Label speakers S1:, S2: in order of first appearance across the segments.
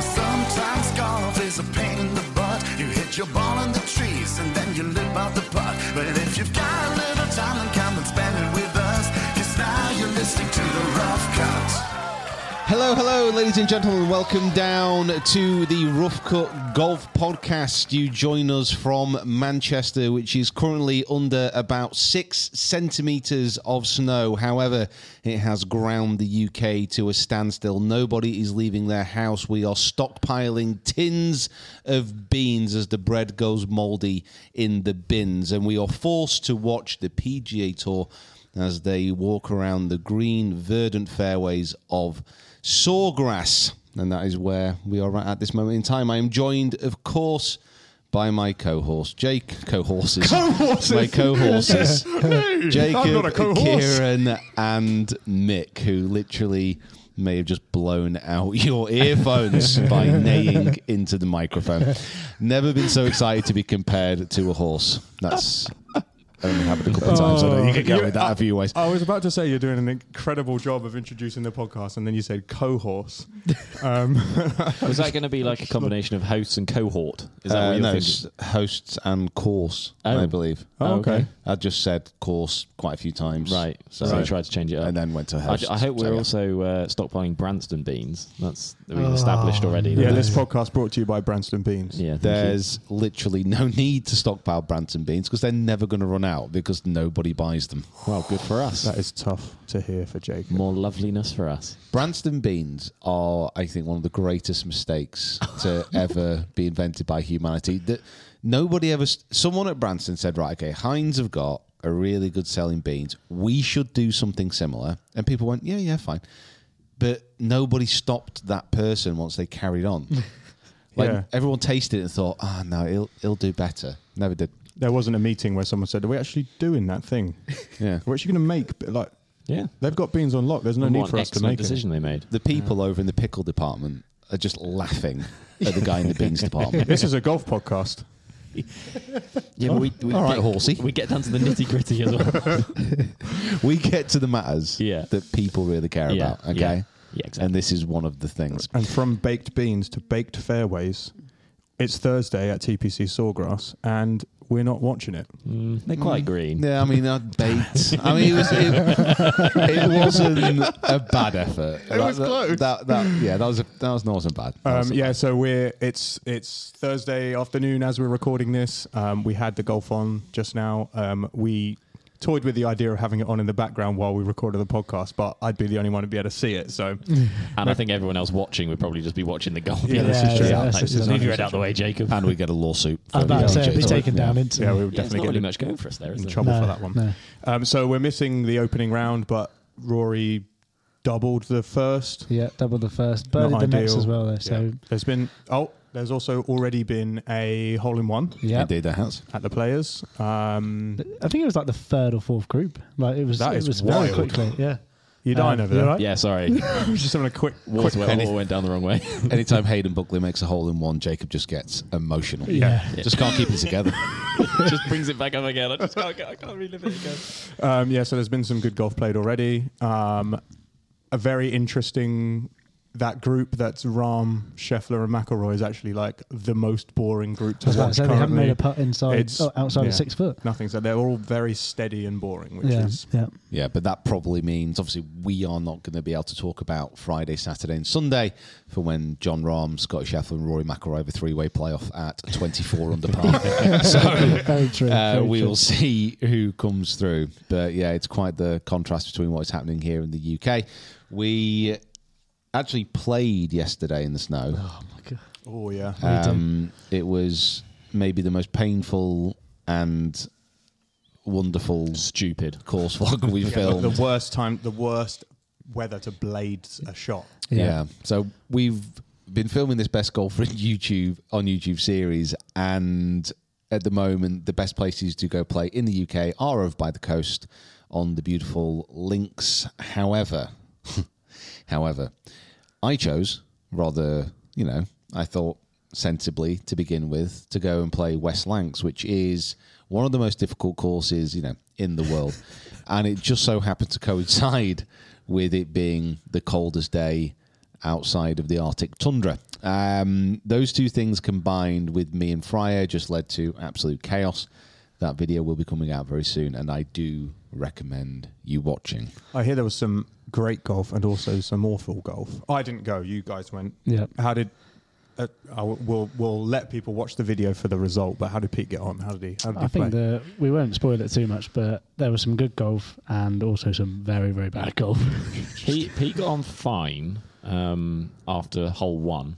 S1: Sometimes golf is a pain in the butt. You hit your ball in the trees and then you live out the putt. But if you've got a little time, then come and spend it with us. Cause now you're listening to the rough cut.
S2: Hello, hello, ladies and gentlemen. Welcome down to the Rough Cut Golf Podcast. You join us from Manchester, which is currently under about six centimetres of snow. However, it has ground the UK to a standstill. Nobody is leaving their house. We are stockpiling tins of beans as the bread goes mouldy in the bins. And we are forced to watch the PGA Tour as they walk around the green, verdant fairways of Sawgrass. And that is where we are at this moment in time. I am joined, of course, by my co-horse, Jake. Co-horses.
S3: Co-horses.
S2: My co-horses.
S3: I'm not a
S2: Jacob,
S3: co-horse.
S2: Kieran, and Mick, who literally may have just blown out your earphones by neighing into the microphone. Never been so excited to be compared to a horse. That's only happened a couple of times. I
S3: Oh,
S2: know you could go with that a few ways.
S4: I was about to say you're doing an incredible job of introducing the podcast, and then you said cohorse. Um,
S5: Was that going to be like a combination of hosts and cohort? Is that
S2: Uh,
S5: what you're
S2: no,
S5: thinking?
S2: it's hosts and course,
S5: Oh.
S2: I believe.
S4: Oh, okay. okay.
S2: I just said course quite a few times.
S5: right. So, we tried to change it up.
S2: And then went to
S5: I,
S2: hosts.
S5: I hope
S2: So,
S5: we're
S2: yeah.
S5: also uh, stockpiling Branston beans. That's we've established
S2: Oh.
S5: already.
S4: yeah,
S5: that-
S4: this podcast brought to you by Branston Beans.
S5: yeah. thank you.
S2: There's literally no need to stockpile Branton beans because they're never going to run out because nobody buys them.
S5: well, good for us.
S4: That is tough to hear for Jacob.
S5: More loveliness for us.
S2: Branston beans are, I think, one of the greatest mistakes to ever be invented by humanity. That nobody ever. Someone at Branston said, "Right, okay, Heinz have got a really good selling beans. We should do something similar." And people went, "Yeah, yeah, fine." But nobody stopped that person once they carried on. like
S4: Yeah.
S2: everyone tasted it and thought, "Ah, no, he'll he'll do better." Never did.
S4: There wasn't a meeting where someone said, "Are we actually doing that thing?
S2: Yeah.
S4: We're actually going to make like
S5: Yeah.
S4: they've got beans on lock. There's no
S5: What
S4: need
S5: an
S4: for us to
S5: excellent
S4: make
S5: decision they made.
S2: The people over in the pickle department are just laughing at the guy in the beans
S4: it."
S2: department.
S4: This is a golf podcast.
S5: Yeah, but we, we
S2: all right,
S5: get,
S2: horsey.
S5: We get down to the nitty gritty as well.
S2: we get to the matters
S5: Yeah.
S2: that people really care
S5: Yeah,
S2: about. Okay.
S5: yeah. Yeah, exactly.
S2: And this is one of the things.
S4: And from baked beans to baked fairways, it's Thursday at TPC Sawgrass, and we're not watching it.
S5: They're quite green.
S2: Yeah, I mean, I baked. I mean, it, was, it, it wasn't a bad effort. It
S4: was close.
S2: That, that, yeah, that was a, that was not wasn't bad. That
S4: Um,
S2: wasn't
S4: yeah, so we're it's it's Thursday afternoon as we're recording this. Um, we had the golf on just now. Um, we toyed with the idea of having it on in the background while we recorded the podcast, but I'd be the only one to be able to see it. So
S5: And I think everyone else watching would probably just be watching the golf.
S4: Yeah, this is true. Yeah, this is
S5: move your
S4: 100%
S5: head out the way, Jacob.
S2: bad. And we get a lawsuit.
S6: I was
S2: for
S6: about to
S2: the
S6: say, it'd be
S2: PGA Tour.
S6: taken down
S2: Yeah.
S6: into.
S4: yeah, we will
S5: Yeah, it's
S4: definitely
S5: not
S4: get
S5: really
S4: in,
S5: much going for us there, is
S4: in
S5: there?
S4: trouble
S6: No,
S4: for that one.
S6: no.
S4: Um, so we're missing the opening round, but Rory doubled the first.
S6: Yeah, double the first, birdie
S4: Not
S6: the next
S4: ideal.
S6: as well though. So
S4: Yeah. there's been oh There's also already been a hole in one
S3: Yeah.
S2: Indeed, there has.
S4: at the players. Um,
S3: I think it was like the third or fourth group. Like it was,
S4: That
S3: it
S4: is
S3: was very
S4: wild.
S3: quickly. Yeah.
S4: You're dying
S3: Um,
S4: over
S3: you
S4: there.
S3: all right?
S1: Yeah, sorry.
S4: I'm just having a quick,
S1: Water
S4: quick
S1: went, water went down the wrong way.
S2: Anytime Hayden Buckley makes a hole in one, Jacob just gets emotional.
S3: Yeah.
S2: Just can't keep it together.
S1: just brings it back up again. I just can't, I can't relive it again.
S4: Um, yeah, so there's been some good golf played already. Um, a very interesting that group that's Ram, Scheffler, and McElroy is actually like the most boring group to
S3: I was about to
S4: watch.
S3: say, they haven't
S4: currently.
S3: made a putt inside- oh, outside of six foot.
S4: Nothing. So they're all very steady and boring, which
S3: Yeah.
S4: is
S3: Yeah.
S2: Yeah, but that probably means obviously we are not going to be able to talk about Friday, Saturday, and Sunday for when John Rahm, Scott Scheffler, and Rory McIlroy have a three-way playoff at 24 under par. so
S3: Very true.
S2: uh,
S3: very
S2: we
S3: true.
S2: will see who comes through. But yeah, it's quite the contrast between what is happening here in the UK. We actually played yesterday in the snow.
S4: oh yeah.
S2: Um, it was maybe the most painful and wonderful, stupid course log we've filmed.
S4: the worst time, the worst weather to blade a shot.
S2: Yeah. So we've been filming this best golfer in YouTube on YouTube series, and at the moment, the best places to go play in the UK are over by the coast on the beautiful links. However, however, I chose rather, you know, I thought sensibly to begin with to go and play West Lancs, which is one of the most difficult courses, you know, in the world. and it just so happened to coincide with it being the coldest day outside of the Arctic tundra. Um, those two things combined with me and Fryer just led to absolute chaos. That video will be coming out very soon, and I do recommend you watching.
S4: I hear there was some great golf and also some awful golf. I didn't go. You guys went.
S3: Yeah.
S4: How did? Uh, I w- we'll we'll let people watch the video for the result. But how did Pete get on? How did he? How did
S3: I
S4: he play?
S3: think the we won't spoil it too much, but there was some good golf and also some very very bad golf.
S1: He, he got on fine um, after hole one.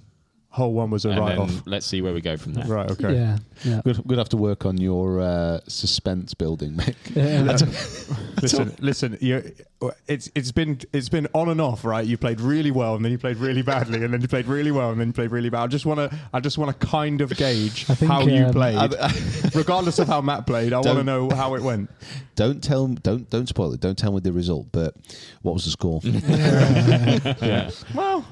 S4: whole one was a
S1: and
S4: write
S1: then
S4: off.
S1: let's see where we go from there.
S4: Right. Okay.
S3: Yeah, yeah.
S2: Good, good. Have to work on your uh, suspense building, Mick.
S3: Yeah.
S4: Listen, listen. You, it's it's been it's been on and off, right? You played really well, and then you played really badly, and then you played really well, and then you played really bad. I just want to I just want to kind of gauge
S3: I think,
S4: how you
S3: um,
S4: played, regardless of how Matt played. I want to
S2: Don't-
S4: know how it went.
S2: Don't tell. Don't don't spoil it. Don't tell me the result. But what was the score?
S4: Well,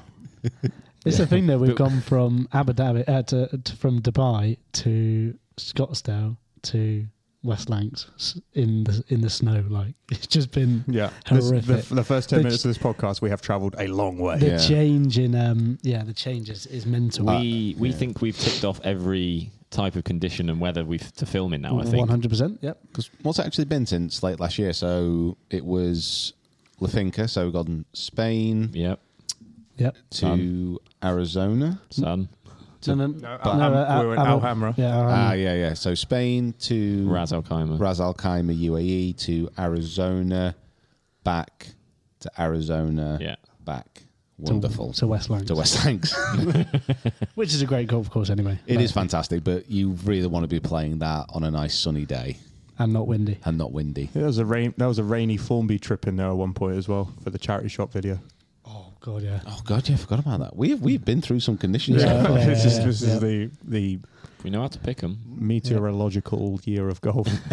S3: It's the thing though. We've gone from Abu Dhabi uh, to, to- from Dubai to Scottsdale to West Lancs s- in the in the snow. Like it's just been
S4: yeah. This,
S3: horrific.
S4: the, the first ten
S3: The-
S4: minutes of this podcast, we have travelled a long way.
S3: the
S2: Yeah.
S3: change in um yeah the change is, is mental.
S5: Uh,
S1: We we think we've ticked off every type of condition and weather we've to film in now. I
S3: Mm, One
S1: think
S3: hundred percent. Yep.
S2: Because what's it actually been since late last year? So it was La Finca. So we've gone Spain
S1: Yep.
S3: Yep.
S2: to Arizona.
S1: Sun.
S3: No, Um, no, uh,
S4: Al- Al- we were in
S3: Al-
S4: Al Hamra.
S3: Yeah, um, Al
S2: Ah,
S3: Hamra.
S2: yeah, yeah. So Spain to
S1: Raz Al Khaimah.
S2: Ras Al Khaimah, UAE to Arizona, back to Arizona,
S1: Yeah.
S2: back. Wonderful.
S3: to West Lancs.
S2: To West Lancs.
S3: which is a great golf course anyway.
S2: It
S3: Like,
S2: is fantastic, but you really want to be playing that on a nice sunny day
S3: and not windy.
S2: and not windy.
S4: That was a rain. That was a rainy Formby trip in there at one point as well for the charity shop video.
S3: Oh god, yeah.
S2: Oh god, yeah, I forgot about that. We've we've been through some conditions.
S3: Yeah.
S2: haven't we?
S4: this is
S3: yeah,
S4: this
S3: yeah.
S4: is the the
S1: We know how to pick them.
S4: meteorological year of golf.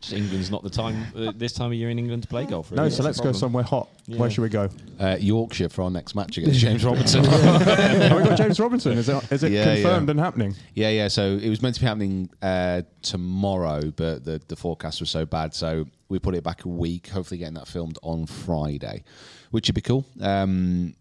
S1: Just England's not the time uh, this time of year in England to play golf.
S4: no,
S1: really.
S4: so
S1: That's
S4: let's
S1: the
S4: go
S1: problem.
S4: somewhere hot. Where should we go?
S2: Uh, Yorkshire for our next match against James Robertson.
S4: Have we got James Robinson? Is it, is it
S2: Yeah,
S4: confirmed
S2: yeah.
S4: and happening?
S2: yeah, yeah. So it was meant to be happening uh, tomorrow, but the the forecast was so bad, so we put it back a week. Hopefully, getting that filmed on Friday, which would be cool. Um,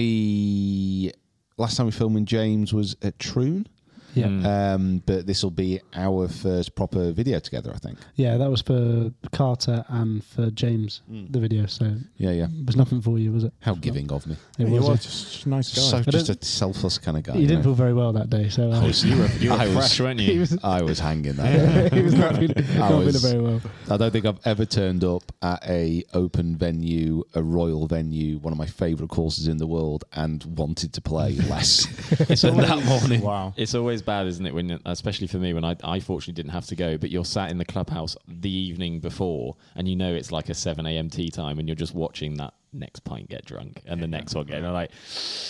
S2: I last time we filmed with James was at Troon.
S3: Yeah.
S2: Um, but this will be our first proper video together, I think.
S3: Yeah, that was for Carter and for James the video. So
S2: Yeah, yeah.
S3: it was nothing for you, was it?
S2: How giving of me.
S3: It
S4: You
S3: was.
S4: are
S3: yeah.
S4: just a nice guy.
S2: So
S3: I
S2: just a
S3: don't-
S2: selfless kind of guy.
S3: He
S2: you
S3: didn't
S2: know?
S3: feel very well that day, so uh,
S1: You were, you were
S2: I was-
S1: fresh, weren't you?
S2: I was hanging there.
S3: he was not feeling, not feeling
S2: was-
S3: very well.
S2: I don't think I've ever turned up at a open venue, a royal venue, one of my favourite courses in the world, and wanted to play less than that morning.
S4: Wow.
S1: It's always always bad, isn't it? When especially for me, when I, I fortunately didn't have to go, but you're sat in the clubhouse the evening before, and you know it's like a seven a.m. tea time, and you're just watching that next pint get drunk and the next one get, and I'm like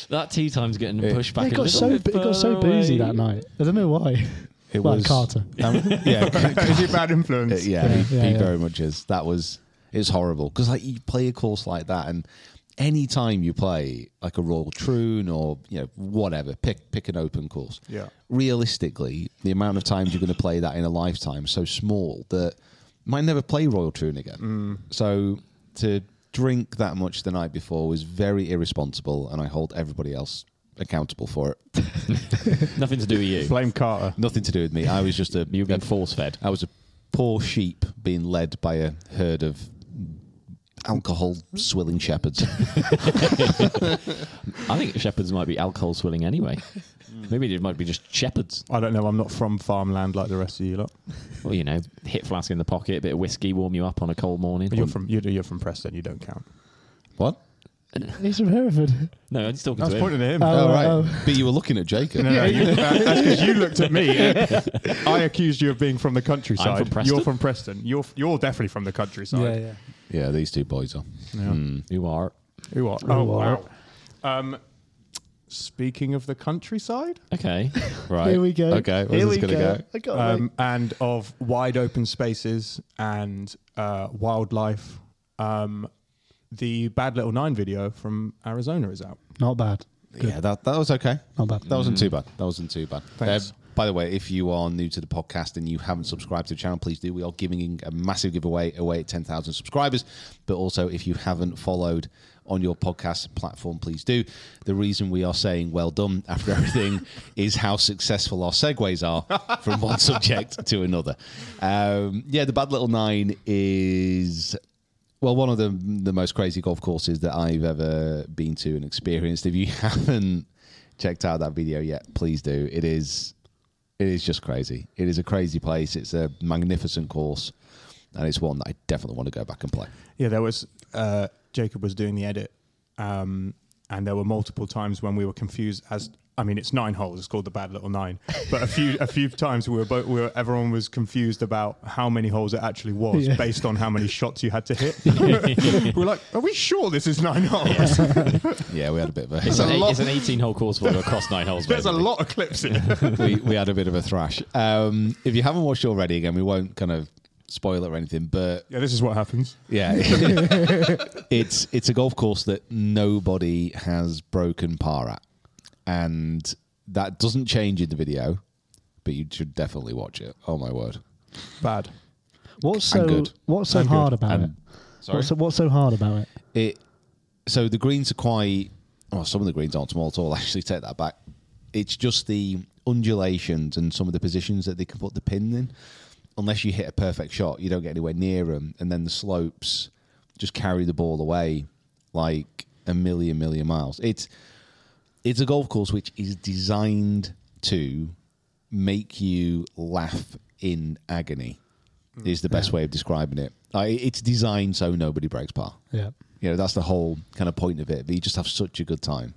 S1: that tea time's getting pushed back.
S3: it
S1: a
S3: got
S1: little
S3: so
S1: bit
S3: it got so
S1: further
S3: boozy
S1: away.
S3: that night. I don't know why.
S2: It
S3: Well,
S2: was
S3: Carter.
S2: Um, yeah,
S4: Is it bad influence?
S2: Uh, yeah, he,
S3: Yeah,
S2: he
S3: yeah.
S2: very much is. That was it's horrible because like you play a course like that, and any time you play like a Royal Troon or you know whatever, pick pick an open course.
S4: Yeah.
S2: Realistically, the amount of times you're going to play that in a lifetime is so small that you might never play Royal Troon again. So to drink that much the night before was very irresponsible, and I hold everybody else accountable for it.
S1: Nothing to do with you.
S4: Blame Carter.
S2: Nothing to do with me. I was just a
S1: You've
S2: a
S1: been force fed.
S2: I was a poor sheep being led by a herd of alcohol swilling shepherds.
S1: I think shepherds might be alcohol swilling anyway. Maybe it might be just shepherds.
S4: I don't know. I'm not from farmland like the rest of you lot.
S1: Well, you know, hit flask in the pocket, bit of whiskey, warm you up on a cold morning.
S4: You're from you're, you're from Preston. You don't count.
S2: what?
S3: He's from Hereford.
S1: No, I'm just talking
S4: I was
S1: to him.
S4: pointing at him.
S3: Oh,
S2: oh, right.
S3: oh.
S2: But you were looking at Jacob.
S4: No, no, you, that- that's because you looked at me. I accused you of being from the countryside.
S1: I'm from Preston.
S4: You're from Preston. You're you're definitely from the countryside.
S3: Yeah, yeah.
S2: Yeah, these two boys are.
S1: You are.
S4: Who are? Oh,
S3: wow.
S4: wow. Um, speaking of the countryside
S1: Okay. Right.
S3: Here we go.
S2: Okay, where's this gonna go?
S3: I got like-
S4: um, and of wide open spaces and uh, wildlife, um, the Bad Little Nine video from Arizona is out.
S3: not bad.
S2: Yeah, that, that was okay.
S3: Not bad.
S2: That wasn't too bad. That wasn't too bad. Uh,
S4: Thanks.
S2: by the way, if you are new to the podcast and you haven't subscribed to the channel, please do. We are giving a massive giveaway away at 10,000 subscribers. But also, if you haven't followed on your podcast platform, please do. The reason we are saying well done after everything is how successful our segues are from one subject to another. Um, yeah, the Bad Little Nine is well, one of the the most crazy golf courses that I've ever been to and experienced. If you haven't checked out that video yet, please do. It is it is just crazy. It is a crazy place. It's a magnificent course, and it's one that I definitely want to go back and play.
S4: Yeah, there was uh, Jacob was doing the edit, um, and there were multiple times when we were confused as. I mean, it's nine holes. It's called the Bad Little Nine, but a few a few times we were both we were, everyone was confused about how many holes it actually was
S3: Yeah.
S4: based on how many shots you had to hit. we were like, "Are we sure this is nine holes?
S2: Yeah, we had a bit of a,
S1: It's, an
S4: a
S1: eight,
S4: lot.
S1: it's an 18 hole course for across nine holes.
S4: There's a
S1: basically.
S4: lot of clips here."
S2: we, we had a bit of a thrash. Um, if you haven't watched already, again, we won't kind of spoil it or anything, but
S4: yeah, this is what happens.
S2: Yeah, it's it's a golf course that nobody has broken par at, and that doesn't change in the video, but you should definitely watch it. Oh my word!
S4: Bad.
S3: What's
S2: I'm
S3: so
S2: good.
S3: what's so
S4: I'm good.
S3: hard about
S1: Um,
S2: I'm-
S3: it? What's so, what's so hard about it?
S2: It so the greens are quite. Oh, some of the greens aren't small at all. Actually, take that back. It's just the undulations and some of the positions that they can put the pin in. Unless you hit a perfect shot, you don't get anywhere near them, and then the slopes just carry the ball away like a million million miles. It's it's a golf course which is designed to make you laugh in agony is the best way of describing it I, it's designed so nobody breaks par
S3: Yeah.
S2: you know that's the whole kind of point of it but you just have such a good time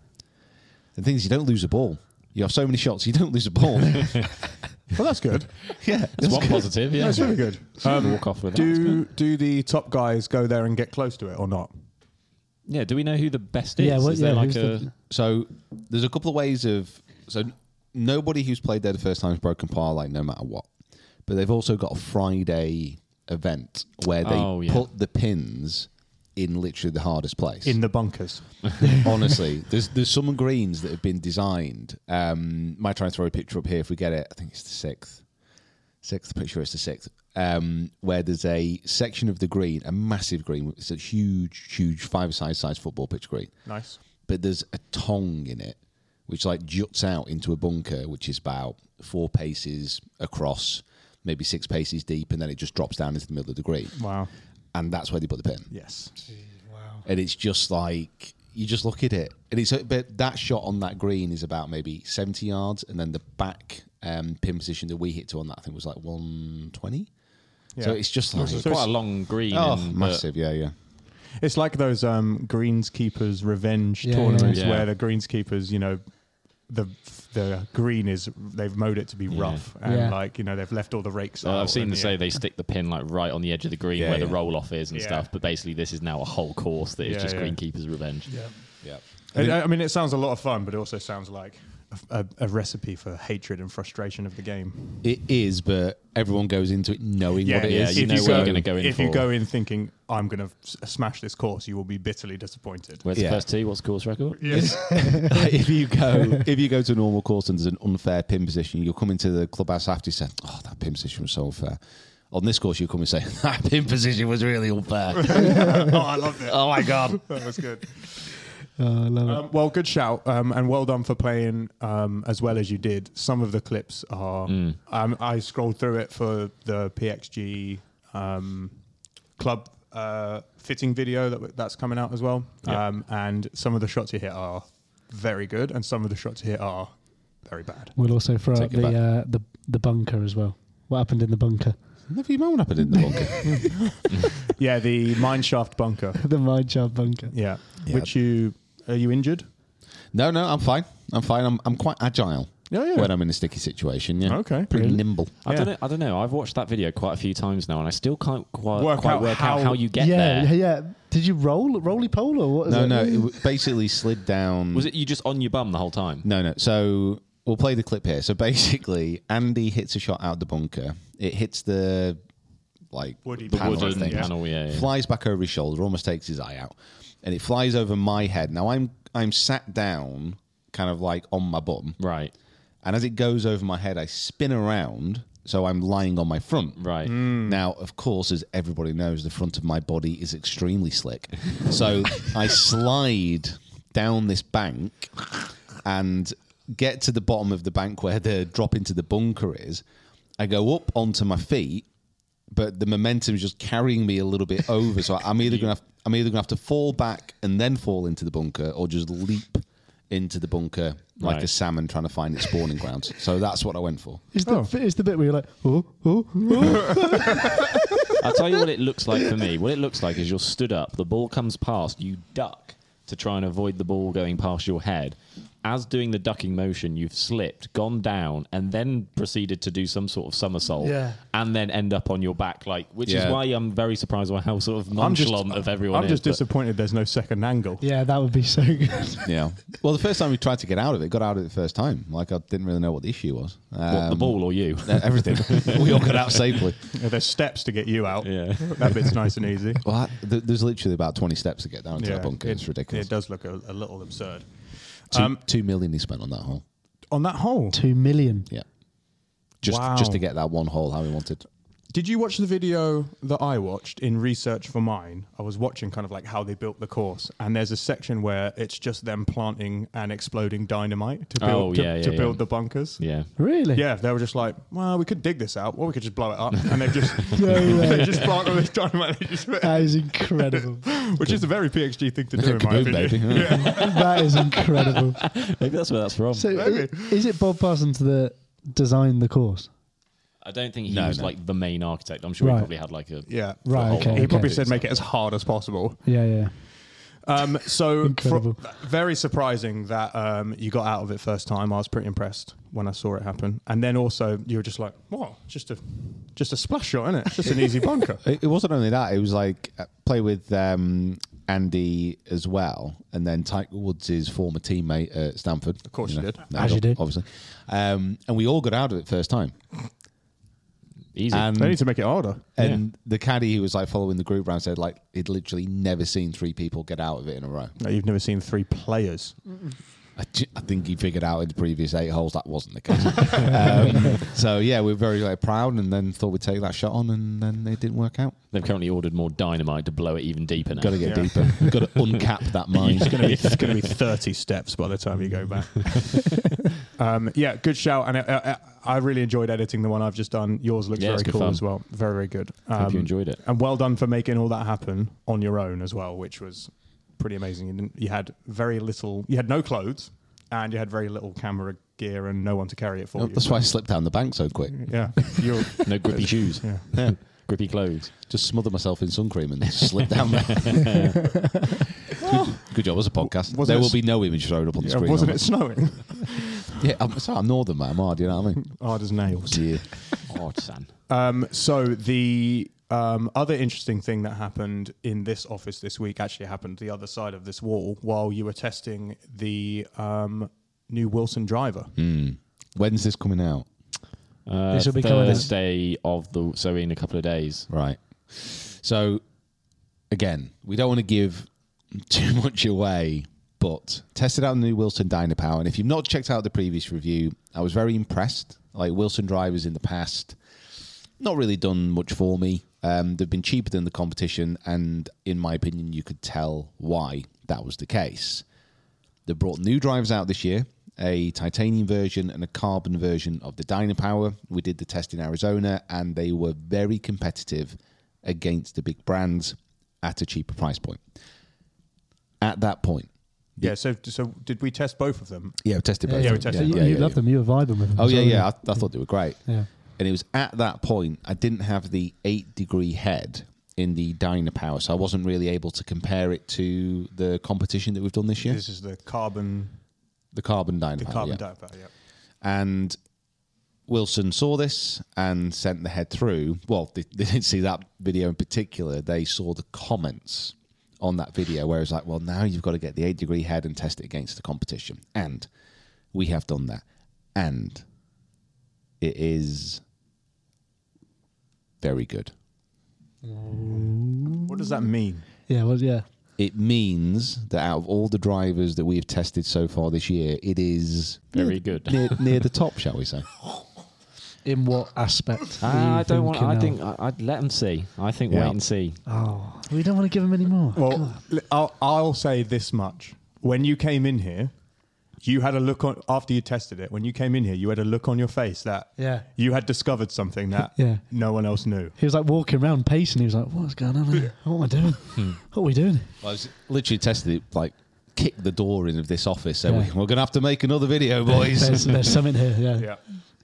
S2: the thing is you don't lose a ball you have so many shots you don't lose a ball
S4: Well, that's good.
S2: yeah
S1: That's one positive. Yeah.
S4: That's really good.
S1: walk off with that.
S4: do do the top guys go there and get close to it or not?
S1: Yeah. Do we know who the best is?
S3: Yeah, well,
S1: is there
S3: yeah,
S1: like
S3: who's the-
S1: a.
S2: so there's a couple of ways of so nobody who's played there the first time has broken par like no matter what but they've also got a friday event where they
S1: Oh, yeah.
S2: put the pins in literally the hardest place
S4: In the bunkers.
S2: honestly there's there's some greens that have been designed um might try and throw a picture up here if we get it i think it's the sixth sixth picture it's the sixth um where there's a section of the green a massive green it's a huge huge five side size football pitch green
S4: Nice.
S2: but there's a tong in it which like juts out into a bunker which is about four paces across maybe six paces deep and then it just drops down into the middle of the green
S4: Wow.
S2: and that's where they put the pin
S4: Yes.
S2: and it's just like you just look at it, and it's but that shot on that green is about maybe seventy yards, and then the back um, pin position that we hit to on that I think was like one twenty. So
S4: Yeah.
S2: it's just like
S1: It's quite a long green.
S2: oh
S1: and- uh, but-
S2: massive, yeah, yeah.
S4: It's like those um, greenskeepers revenge
S3: Yeah,
S4: tournaments
S1: yeah, yeah.
S4: where the greenskeepers, you know, the the green is they've mowed it to be
S1: Yeah.
S4: rough and
S3: Yeah.
S4: like you know they've left all the rakes.
S1: Well,
S4: out
S1: uh, I've seen
S4: and,
S1: them
S4: yeah.
S1: say they stick the pin like right on the edge of the green
S2: Oh, Yeah,
S1: where the
S2: yeah.
S1: roll off is and
S4: Yeah.
S1: stuff. But basically, this is now a whole course that is
S4: Yeah,
S1: just
S4: yeah.
S1: greenkeeper's revenge.
S2: Yeah.
S4: I, I mean, it sounds a lot of fun, but it also sounds like a, a, a recipe for hatred and frustration of the game.
S2: It is, but everyone goes into it knowing what it
S1: yeah,
S2: is.
S1: you know
S4: if
S1: what you're gonna go in
S4: If you
S1: for.
S4: go in thinking I'm going to smash this course, you will be bitterly disappointed.
S1: Where's
S2: Yeah.
S1: the first tee? What's the course record?
S4: Yes.
S2: if you go if you go to a normal course and there's an unfair pin position, you'll come into the clubhouse after you say, "Oh, that pin position was so unfair." On this course, you come and say, "That pin position was really unfair."
S4: oh, I loved it.
S2: oh my god!
S4: That was good.
S3: Oh, I love it.
S4: Um, well, good shout, um, and well done for playing um, as well as you did. Some of the clips are.
S1: Mm.
S4: Um, I scrolled through it for the PXG um, club uh, fitting video that w- that's coming out as well,
S1: Yeah.
S4: um, and some of the shots you hit are very good, and some of the shots you hit are very bad.
S3: We'll also throw
S2: Take
S3: up
S2: it
S3: the
S2: back.
S3: uh, the the bunker as well. What happened in the bunker?
S2: Never you mind what happened in the bunker.
S4: Yeah, the mineshaft bunker.
S3: the mine shaft bunker.
S4: Yeah,
S2: Yeah.
S4: which you are you injured?
S2: no, no, I'm fine. I'm fine. I'm, I'm quite agile.
S4: Yeah, yeah.
S2: When I'm in a sticky situation, yeah.
S4: Okay,
S2: Pretty
S4: brilliant.
S2: nimble.
S1: I
S4: Yeah.
S1: don't know. I don't know. I've watched that video quite a few times now, and I still can't quite
S4: Work
S1: work, quite
S4: out
S1: out, work
S4: how-
S1: out how you get
S3: yeah,
S1: there.
S3: yeah, yeah. Did you roll roly pole or what is
S2: No,
S3: it?
S2: no. It w- basically slid down.
S1: Was it you just on your bum the whole time?
S2: No, no. So we'll play the clip here. So basically, Andy hits a shot out the bunker. It hits the like
S4: Woody
S2: the panel,
S4: panel.
S2: thing.
S4: Wooden
S1: panel, yeah, yeah.
S2: Flies back over his shoulder, almost takes his eye out, and it flies over my head. Now I'm I'm sat down, kind of like on my bum,
S1: Right,
S2: and as it goes over my head, I spin around. So I'm lying on my front.
S1: right.
S2: Now, of course, as everybody knows, the front of my body is extremely slick. So I slide down this bank and get to the bottom of the bank where the drop into the bunker is. I go up onto my feet, but the momentum is just carrying me a little bit over. So I'm either gonna have, I'm either gonna have to fall back and then fall into the bunker, or just leap into the bunker like
S1: Right.
S2: a salmon trying to find its spawning grounds. So that's what I went for.
S3: It's the, it's the bit where you're like, oh, oh, oh.
S1: I'll tell you what it looks like for me. What it looks like is you're stood up, the ball comes past, you duck to try and avoid the ball going past your head. As doing the ducking motion, you've slipped, gone down, and then proceeded to do some sort of somersault,
S3: Yeah.
S1: and then end up on your back, like which
S2: Yeah.
S1: is why I'm very surprised by how sort of
S4: I'm just
S1: nonchalant of everyone.
S4: I'm
S1: is,
S4: just
S1: but-
S4: disappointed. There's no second angle.
S3: yeah, that would be so good.
S2: Yeah. Well, the first time we tried to get out of it, got out of it the first time. Like I didn't really know what the issue was.
S1: What, the
S2: Um,
S1: ball or you?
S2: uh, Everything. we all got out safely.
S4: Yeah, There's steps to get you out.
S1: Yeah.
S4: that bit's nice and easy.
S2: Well, that, th- there's literally about 20 steps to get down into that bunker. it's
S4: it-
S2: ridiculous.
S4: It does Um, look a, a little absurd.
S2: Two, two million he spent on that hole.
S4: On that hole,
S3: Two million.
S2: Yeah. Just
S4: Wow.
S2: just to get that one hole how he wanted.
S4: did you watch the video that I watched in research for mine? I was watching kind of like how they built the course, and there's a section where it's just them planting and exploding dynamite to build
S1: Oh,
S4: to,
S1: yeah, yeah,
S4: to
S1: yeah.
S4: build the bunkers.
S1: yeah.
S3: Really?
S4: Yeah, they were just like, well, we could dig this out, or we could just blow it up, and they just they just plant all this dynamite, they just,
S3: That is incredible.
S4: which is a very PXG thing to do, in my
S2: Kaboom,
S4: opinion.
S2: baby.
S3: that is incredible.
S1: Maybe that's where that's from.
S3: So, i- is it Bob Parsons that designed the course?
S1: I don't think he
S2: No,
S1: was
S2: no.
S1: like the main architect. I'm sure
S3: Right.
S1: he probably had like a
S4: Yeah,
S3: Right,
S4: He
S3: okay,
S4: probably
S3: okay.
S4: said make it as hard as possible.
S3: Yeah, yeah.
S4: Um, so
S3: Incredible.
S4: fro- very surprising that um, you got out of it first time. I was pretty impressed when I saw it happen, and then also you were just like, "What? Just a just a splash shot, isn't it? Just an easy bunker."
S2: It, it wasn't only that. It was like uh, play with um, Andy as well, and then Tiger Woods' his former teammate at Stanford. Of
S4: course you did.
S3: As you did.
S2: obviously. Um, and we all got out of it first time.
S1: easy.
S2: And
S4: they need to make it harder.
S2: And the caddy who was like following the group round said like he'd literally never seen three people get out of it in a row.
S4: No, you've never seen three players.
S2: I, ju- I think he figured out in the previous eight holes that wasn't the case. um, so yeah, we are very like proud, and then thought we'd take that shot on, and then it didn't work out.
S1: They've currently ordered more dynamite to blow it even deeper now.
S2: Got to get
S4: Yeah.
S2: deeper. Got to uncap that mine.
S4: It's gonna be it's gonna be thirty steps by the time you go back. um, yeah, good shout, and I, I, I really enjoyed editing the one I've just done. Yours looks
S1: Yeah, it's
S4: very
S1: good
S4: cool
S1: fun.
S4: as well. Very very good. Um,
S1: Hope you enjoyed it.
S4: and well done for making all that happen on your own as well, which was pretty amazing. You, didn't, you had very little, you had no clothes, and you had very little camera gear, and no one to carry it for you.
S2: That's why I slipped down the bank so quick.
S4: Yeah, you're,
S1: Oh, No grippy shoes.
S2: Yeah.
S1: Grippy clothes.
S2: Just smothered myself in sun cream and slipped down there. good, good job. It was a podcast.
S4: Wasn't
S2: there
S4: it
S2: will
S4: s-
S2: be no image thrown up on the
S4: yeah,
S2: screen.
S4: wasn't
S2: on
S4: it snowing?
S2: Yeah, I'm sorry, I'm northern, man. I'm hard, you know what I mean?
S4: Hard as nails.
S2: Yeah.
S1: Odd son.
S4: Um, so the um, other interesting thing that happened in this office this week actually happened the other side of this wall while you were testing the um, new Wilson driver.
S2: When's this coming out?
S1: Uh,
S3: This will be coming out.
S1: Thursday of the so in a couple of days.
S2: Right. So, again, we don't want to give too much away, but tested out the new Wilson Dynapower. And if you've not checked out the previous review, I was very impressed. Like Wilson drivers in the past, not really done much for me. Um, they've been cheaper than the competition. And in my opinion, you could tell why that was the case. They brought new drivers out this year a titanium version and a carbon version of the Dynapower. We did the test in Arizona and they were very competitive against the big brands at a cheaper price point. At that point,
S4: Yeah. So so did we test both of them?
S2: yeah, we tested both.
S4: Yeah, we
S2: of them.
S4: tested
S3: you
S4: both.
S2: yeah,
S3: you
S2: yeah,
S3: loved
S2: yeah.
S3: them. You were vibing with them.
S2: Oh, yeah,
S3: So,
S2: yeah. I, I thought they were great.
S3: Yeah.
S2: And it was at that point I didn't have the eight degree head in the Dynapower, so I wasn't really able to compare it to the competition that we've done this year,
S4: This is the carbon
S2: the carbon Dynapower.
S1: Uh,
S4: the carbon
S2: yeah.
S4: diaper. Yeah.
S2: And Wilson saw this and sent the head through. Well, they, they didn't see that video in particular. They saw the comments on that video where it's like, well, now you've got to get the eight degree head and test it against the competition. And we have done that. And it is very good.
S4: What does that mean?
S3: Yeah, well, yeah.
S2: It means that out of all the drivers that we have tested so far this year, it is
S1: Very good.
S2: near, near the top, shall we say?
S3: In what aspect? are you
S1: Ah, I don't want.
S3: thinking
S1: I
S3: of?
S1: think I, I'd let them see. I think
S2: Yeah.
S1: wait and see.
S3: Oh, we don't want to give them any more.
S4: Well, l- I'll, I'll say this much. When you came in here, you had a look on after you tested it. When you came in here, you had a look on your face that
S3: Yeah.
S4: you had discovered something that
S3: Yeah.
S4: no one else knew.
S3: He was like walking around pacing. He was like, "What's going on? Here? What am I doing?
S1: Hmm.
S3: what are we doing?"
S2: I was literally tested it, like kicked the door in of this office. So
S3: Yeah.
S2: we, we're going to have to make another video, boys.
S3: There's, there's something here. Yeah.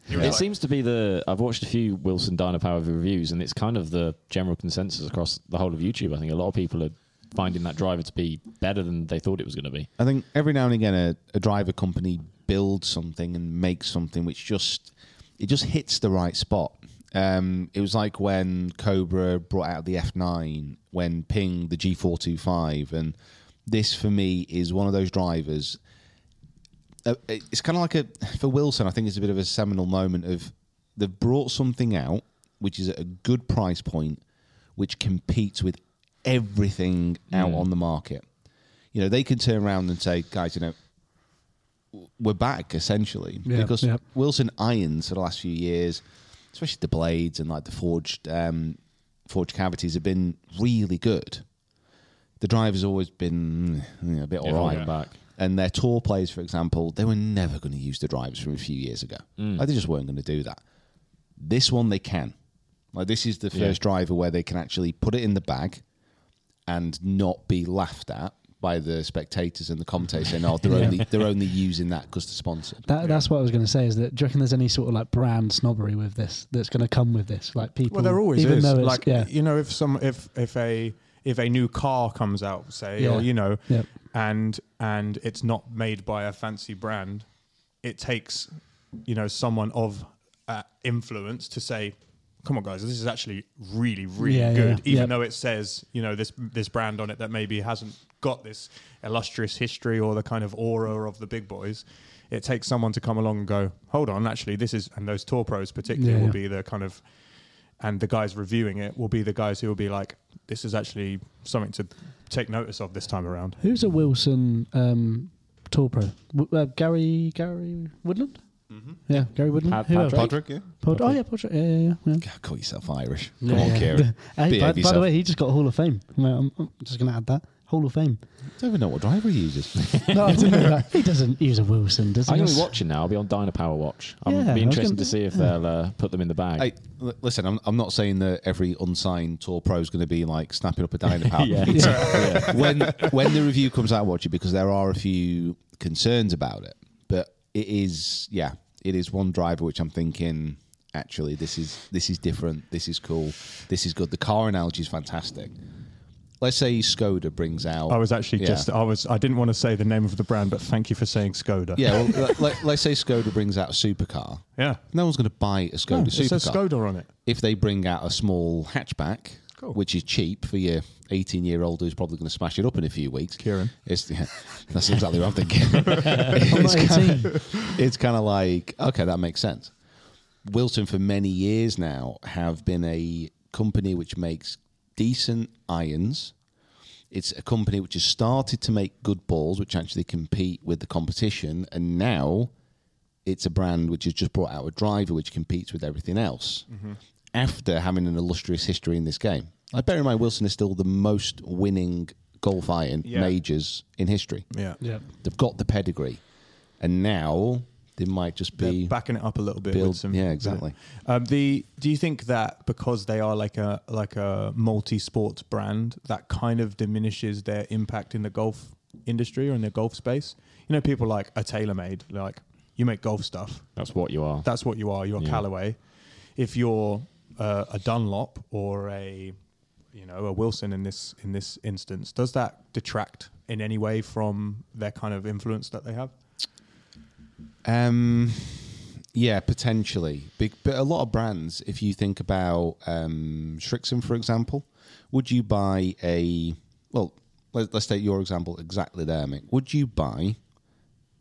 S4: Yeah.
S1: It seems to be the I've watched a few Wilson Dynapower reviews, and it's kind of the general consensus across the whole of YouTube. I think a lot of people are finding that driver to be better than they thought it was going to be.
S2: I think every now and again, a, a driver company builds something and makes something which just it just hits the right spot. Um, it was like when Cobra brought out the F9, when Ping the G425, and this for me is one of those drivers uh, it's kind of like a for Wilson. I think it's a bit of a seminal moment of they've brought something out which is at a good price point, which competes with everything out
S3: Mm.
S2: on the market. You know, they can turn around and say, guys, you know, w- we're back essentially
S3: Yeah,
S2: because
S3: yeah.
S2: Wilson irons for the last few years, especially the blades and like the forged um, forged cavities have been really good. The driver's always been mm, you know, a bit all right
S1: holding back.
S2: and their tour plays, for example, they were never going to use the drivers from a few years ago. Like they just weren't going to do that. This one they can. Like this is the first driver where they can actually put it in the bag and not be laughed at by the spectators and the commentators saying, "Oh, they're only they're only using that because they're sponsored."
S3: That, That's what I was going to say. Is that do you reckon there's any sort of like brand snobbery with this that's going to come with this? Like people,
S4: Well, there always
S3: even
S4: is.
S3: Though it's,
S4: Like
S3: yeah,
S4: you know, if some if if a if a new car comes out, say,
S3: Yeah.
S4: or you know,
S3: Yep.
S4: and and it's not made by a fancy brand, it takes you know someone of uh, influence to say. Come on, guys! This is actually really, really
S3: Yeah, yeah,
S4: good.
S3: yeah.
S4: Even
S3: Yep.
S4: though it says, you know, this this brand on it that maybe hasn't got this illustrious history or the kind of aura of the big boys, it takes someone to come along and go, "Hold on, actually, this is." And those tour pros, particularly,
S3: Yeah,
S4: will
S3: yeah.
S4: be the kind of and the guys reviewing it will be the guys who will be like, this is actually something to take notice of this time around.
S3: who's a Wilson um, tour pro? W- uh, Gary Gary Woodland. Yeah, Gary Woodland.
S1: Pad-
S3: Who else?
S1: Padraig?
S2: yeah.
S3: Pod- oh yeah, Padraig. Yeah, yeah, yeah. yeah.
S2: God, call yourself Irish.
S3: Yeah,
S2: Come on,
S3: yeah.
S2: Kieran.
S3: Hey,
S2: Behave
S3: by, by
S2: yourself.
S3: the way, he just got Hall of Fame. I'm, I'm- I'm just going to add that Hall of Fame.
S2: Don't even know what driver he uses.
S3: No, I didn't know that. he doesn't use a Wilson, does he?
S1: I'm going to be watching now. I'll be on Dynapower Watch. I'm
S3: Yeah, I was
S1: be interested
S3: gonna-
S1: to see if they'll uh, put them in the bag.
S2: Hey, l- listen, I'm, I'm not saying that every unsigned tour pro is going to be like snapping up a Dynapower. when when the review comes out, watch it because there are a few concerns about it. But it is, yeah, it is one driver which I'm thinking. Actually, this is this is different. This is cool. This is good. The car analogy is fantastic. let's say Skoda brings out.
S4: I was actually
S2: Yeah.
S4: just I was I didn't want to say the name of the brand, but thank you for saying Skoda.
S2: Yeah, well, let- let, let's say Skoda brings out a supercar.
S4: yeah.
S2: No one's going to buy a Skoda
S4: No, it
S2: supercar.
S4: says Skoda on it.
S2: If they bring out a small hatchback, which is cheap for your 18 year old who's probably going to smash it up in a few weeks.
S4: Kieran.
S2: It's, yeah, that's exactly what I'm thinking. it's,
S3: not
S2: kind of, it's kind of like, okay, that makes sense. Wilton, for many years now, have been a company which makes decent irons. It's a company which has started to make good balls, which actually compete with the competition. And now it's a brand which has just brought out a driver which competes with everything else
S4: Mm-hmm.
S2: after having an illustrious history in this game. I bear in mind Wilson is still the most winning golf iron
S4: Yeah.
S2: majors in history.
S4: Yeah.
S3: Yeah.
S2: They've got the pedigree. And now they might just
S4: They're
S2: be
S4: backing it up a little bit
S2: build-
S4: with some
S2: yeah, exactly.
S4: Um, the do you think that because they are like a like a multi-sports brand that kind of diminishes their impact in the golf industry or in the golf space? You know, people like a TaylorMade, like you make golf stuff.
S1: That's what you are.
S4: That's what you are. You're
S1: Yeah.
S4: Callaway. If you're uh, a Dunlop or a you know a Wilson in this in this instance, does that detract in any way from their kind of influence that they have?
S2: Um, yeah, potentially. Big, but a lot of brands, if you think about um, Strixon, for example, would you buy a. Well, let, let's take your example exactly there, Mick. Would you buy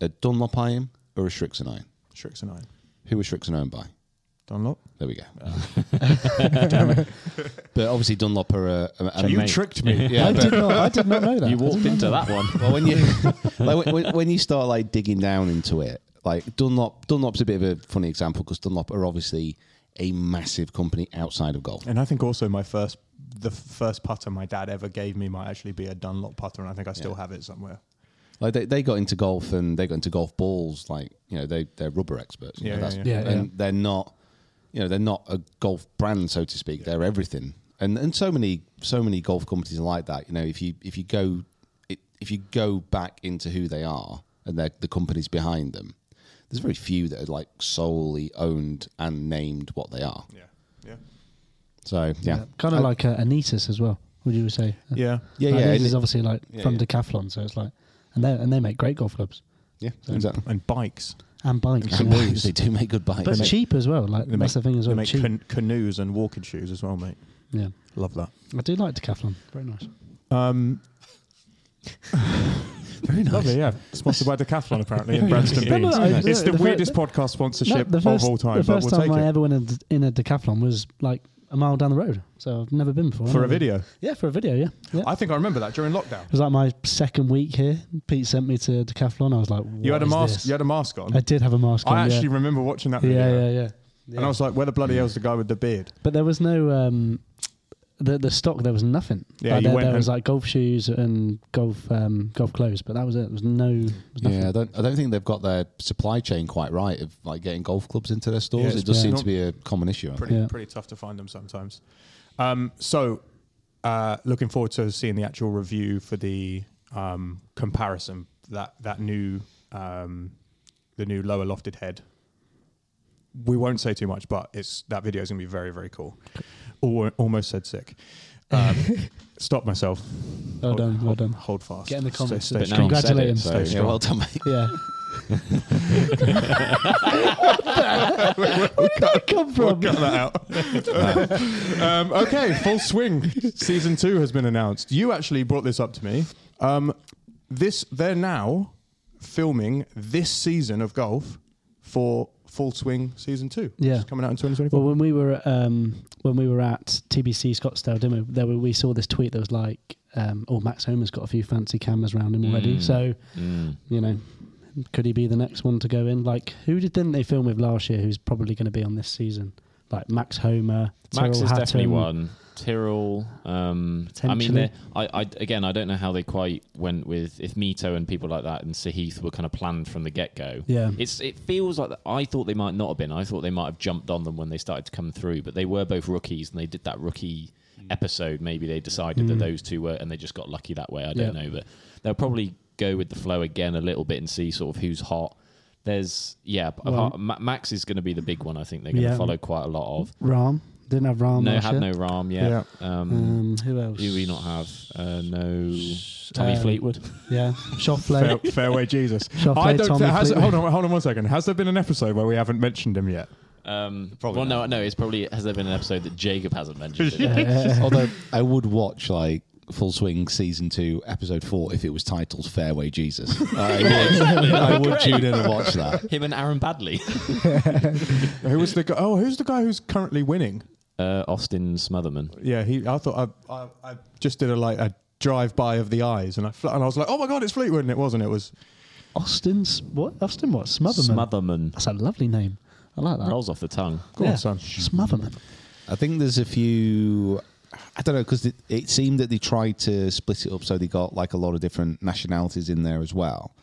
S2: a Dunlop iron or a Strixon iron?
S4: Strix and I.
S2: Who was Strixon owned by?
S4: Dunlop.
S2: There we go.
S1: Ah.
S2: but obviously, Dunlop are a. a, a
S4: You
S1: mate.
S4: tricked me.
S2: yeah,
S3: I
S2: but-
S3: did not. I did not know that.
S1: you walked into that one.
S2: well, when you like when- when, when you start like digging down into it, like Dunlop, Dunlop's a bit of a funny example because Dunlop are obviously a massive company outside of golf.
S4: And I think also my first, the first putter my dad ever gave me might actually be a Dunlop putter, and I think I still have it somewhere.
S2: Like they, they got into golf and they got into golf balls. Like you know they they're rubber experts. you
S4: Yeah,
S2: know,
S4: yeah,
S3: yeah. Yeah,
S2: and
S3: yeah.
S2: they're not, you know, they're not a golf brand so to speak. They're everything. And and so many so many golf companies are like that. You know, if you if you go it, if you go back into who they are and they're the companies behind them, there's very few that are like solely owned and named what they are.
S4: Yeah, yeah,
S2: So yeah,
S3: Kind of like uh, Anitas as well. Would you say?
S4: yeah.
S2: yeah,
S3: Like,
S2: yeah,
S3: Anitas
S2: and-
S3: is obviously like
S2: Yeah,
S3: from
S2: yeah.
S3: Decathlon, so it's like, and they and they make great golf clubs
S2: yeah, exactly.
S4: And bikes.
S3: and bikes,
S2: And
S3: yeah.
S2: bikes, they do make good bikes.
S3: but cheap as well. Like
S4: They
S3: that's
S4: make,
S3: the thing as
S4: They
S3: well.
S4: make
S3: cheap.
S4: can- canoes and walking shoes as well, mate.
S3: yeah,
S4: Love that.
S3: I do like Decathlon. Very nice.
S4: Um,
S2: very nice.
S4: lovely, yeah. Sponsored by Decathlon, apparently, in
S3: Yeah.
S4: Branston
S3: No, no,
S4: Beans.
S3: I-
S4: it's the,
S3: the fir-
S4: weirdest
S3: the-
S4: podcast sponsorship
S3: the first,
S4: of all time,
S3: the first
S4: but we'll
S3: time
S4: take
S3: I
S4: it.
S3: ever went in a- in a Decathlon was like a mile down the road, so I've never been before.
S4: For a
S3: Never-
S4: video?
S3: Yeah, for a video. Yeah, yeah.
S4: I think I remember that during lockdown.
S3: It was like my second week here. Pete sent me to Decathlon. I was like,
S4: You had a mask. You had a mask on.
S3: I did have a mask.
S4: I
S3: on,
S4: actually
S3: yeah.
S4: remember watching that.
S3: Yeah,
S4: video.
S3: yeah, yeah,
S4: And I was like, where the bloody hell's the guy with the beard?
S3: But there was no um, the the stock. There was nothing.
S4: Yeah,
S3: like,
S4: you
S3: there,
S4: went
S3: there was
S4: and-
S3: like golf shoes and golf um, golf clothes, but that was it. There was no. There was nothing.
S2: Yeah, I don't, I don't think they've got their supply chain quite right of like getting golf clubs into their
S4: Yeah,
S2: stores.
S4: it's
S2: it does
S4: pretty-
S2: seem to be a common issue. I think.
S4: pretty
S3: Yeah.
S4: pretty tough to find them sometimes. Um, so, uh, looking forward to seeing the actual review for the um, comparison that that new um, the new lower lofted head. We won't say too much, but it's that video is going to be very very cool. Al- Almost said sick. Um, stop myself.
S3: Well
S4: Hold-
S3: done, well
S4: hold-
S3: done.
S4: Hold fast.
S3: Get in the
S4: Stay-
S3: comments.
S4: stay
S1: But now
S4: strong.
S1: I've said
S3: Congratulate
S1: it,
S3: him.
S1: so-
S2: Yeah, well done, mate.
S3: Yeah. Where did that come from?
S4: Cut that out. um, okay, full swing. Season two has been announced. You actually brought this up to me. Um, this they're now filming this season of golf for Full Swing season two. which
S3: Yeah.
S4: is coming out in 2024.
S3: Well, when we were at, um, when we were at TBC Scottsdale, didn't we? There we, we saw this tweet that was like, um, "Oh, Max Homer's got a few fancy cameras around him already."
S1: Mm.
S3: So, you know, could he be the next one to go in? Like, who did didn't they film with last year? Who's probably going to be on this season? Like Max Homer, Tyrrell
S1: Max is definitely
S3: Hatton.
S1: one. Tyrrell. Um, I mean,
S3: Potentially.
S1: they're- I, I again, I don't know how they quite went with if Mito and people like that and Sahith were kind of planned from the get go.
S3: Yeah.
S1: it's it feels like that. I thought they might not have been. I thought they might have jumped on them when they started to come through, but they were both rookies and they did that rookie
S4: Mm.
S1: episode. Maybe they decided that those two were, and they just got lucky that way. I don't
S3: Mm. Yeah.
S1: know, but they'll probably go with the flow again a little bit and see sort of who's hot. There's yeah, apart, Ma- Max is going to be the big one. I think they're going to
S3: Yeah.
S1: follow quite a lot of.
S3: Rahm Didn't have Rahm.
S1: no,
S3: last
S1: had
S3: year.
S1: no Ram yet. Um,
S3: Um, who else?
S1: do we not have? Uh, no Tommy
S3: um,
S1: Fleetwood.
S3: Yeah,
S4: Fair,
S3: Shoffley.
S4: fairway Jesus.
S3: Shall I
S4: I
S3: play
S4: don't.
S3: Tommy
S4: thi- has,
S3: Fleetwood?
S4: hold on, hold on one second. Has there been an episode where we haven't mentioned him yet?
S1: Um, well, no, no. It's probably has there been an episode that Jacob hasn't mentioned? It?
S2: Although I would watch like Full Swing season two, episode four, if it was titled "Fairway Jesus." I would, I would tune in and watch that.
S1: Him and Aaron Badley.
S4: Who was the guy? Oh, who's the guy who's currently winning?
S1: uh, Austin Smotherman.
S4: Yeah, he. I thought I, I, I just did a like a drive by of the eyes, and I fl- and I was like, oh my god, it's Fleetwood, and it wasn't. It was
S3: Austin's what? Austin what? Smotherman.
S1: Smotherman.
S3: That's a lovely name. I like that.
S1: Rolls off the tongue.
S4: Go on, son.
S3: Smotherman.
S2: I think there's a few. I don't know because it, it seemed that they tried to split it up so they got like a lot of different nationalities in there as well,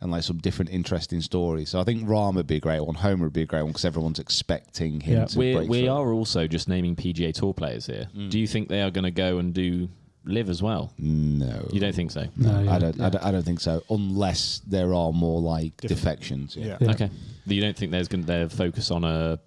S2: and like some different interesting stories. So I think Rahm would be a great one, Homer would be a great one because everyone's expecting him
S3: Yeah.
S2: to
S1: We're,
S2: break
S1: we
S2: through.
S1: are also just naming PGA Tour players here. Do you think they are going to go and do live as well?
S2: No,
S1: You don't think so?
S3: No, yeah.
S2: I don't, I don't. I don't think so, unless there are more like defections.
S4: Yeah.
S1: Okay. You don't think there's going to their focus on a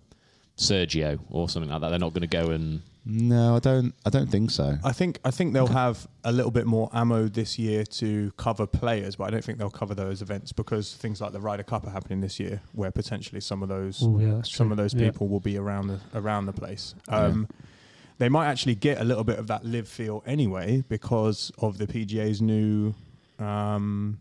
S1: Sergio or something like that? They're not going to go and
S2: No, I don't. I don't think so.
S4: I think I think they'll have a little bit more ammo this year to cover players, but I don't think they'll cover those events because things like the Ryder Cup are happening this year, where potentially some of those
S3: Oh, yeah, that's
S4: some
S3: true.
S4: of those
S3: Yeah.
S4: people will be around the around the place. Um, They might actually get a little bit of that live feel anyway because of the PGA's new um,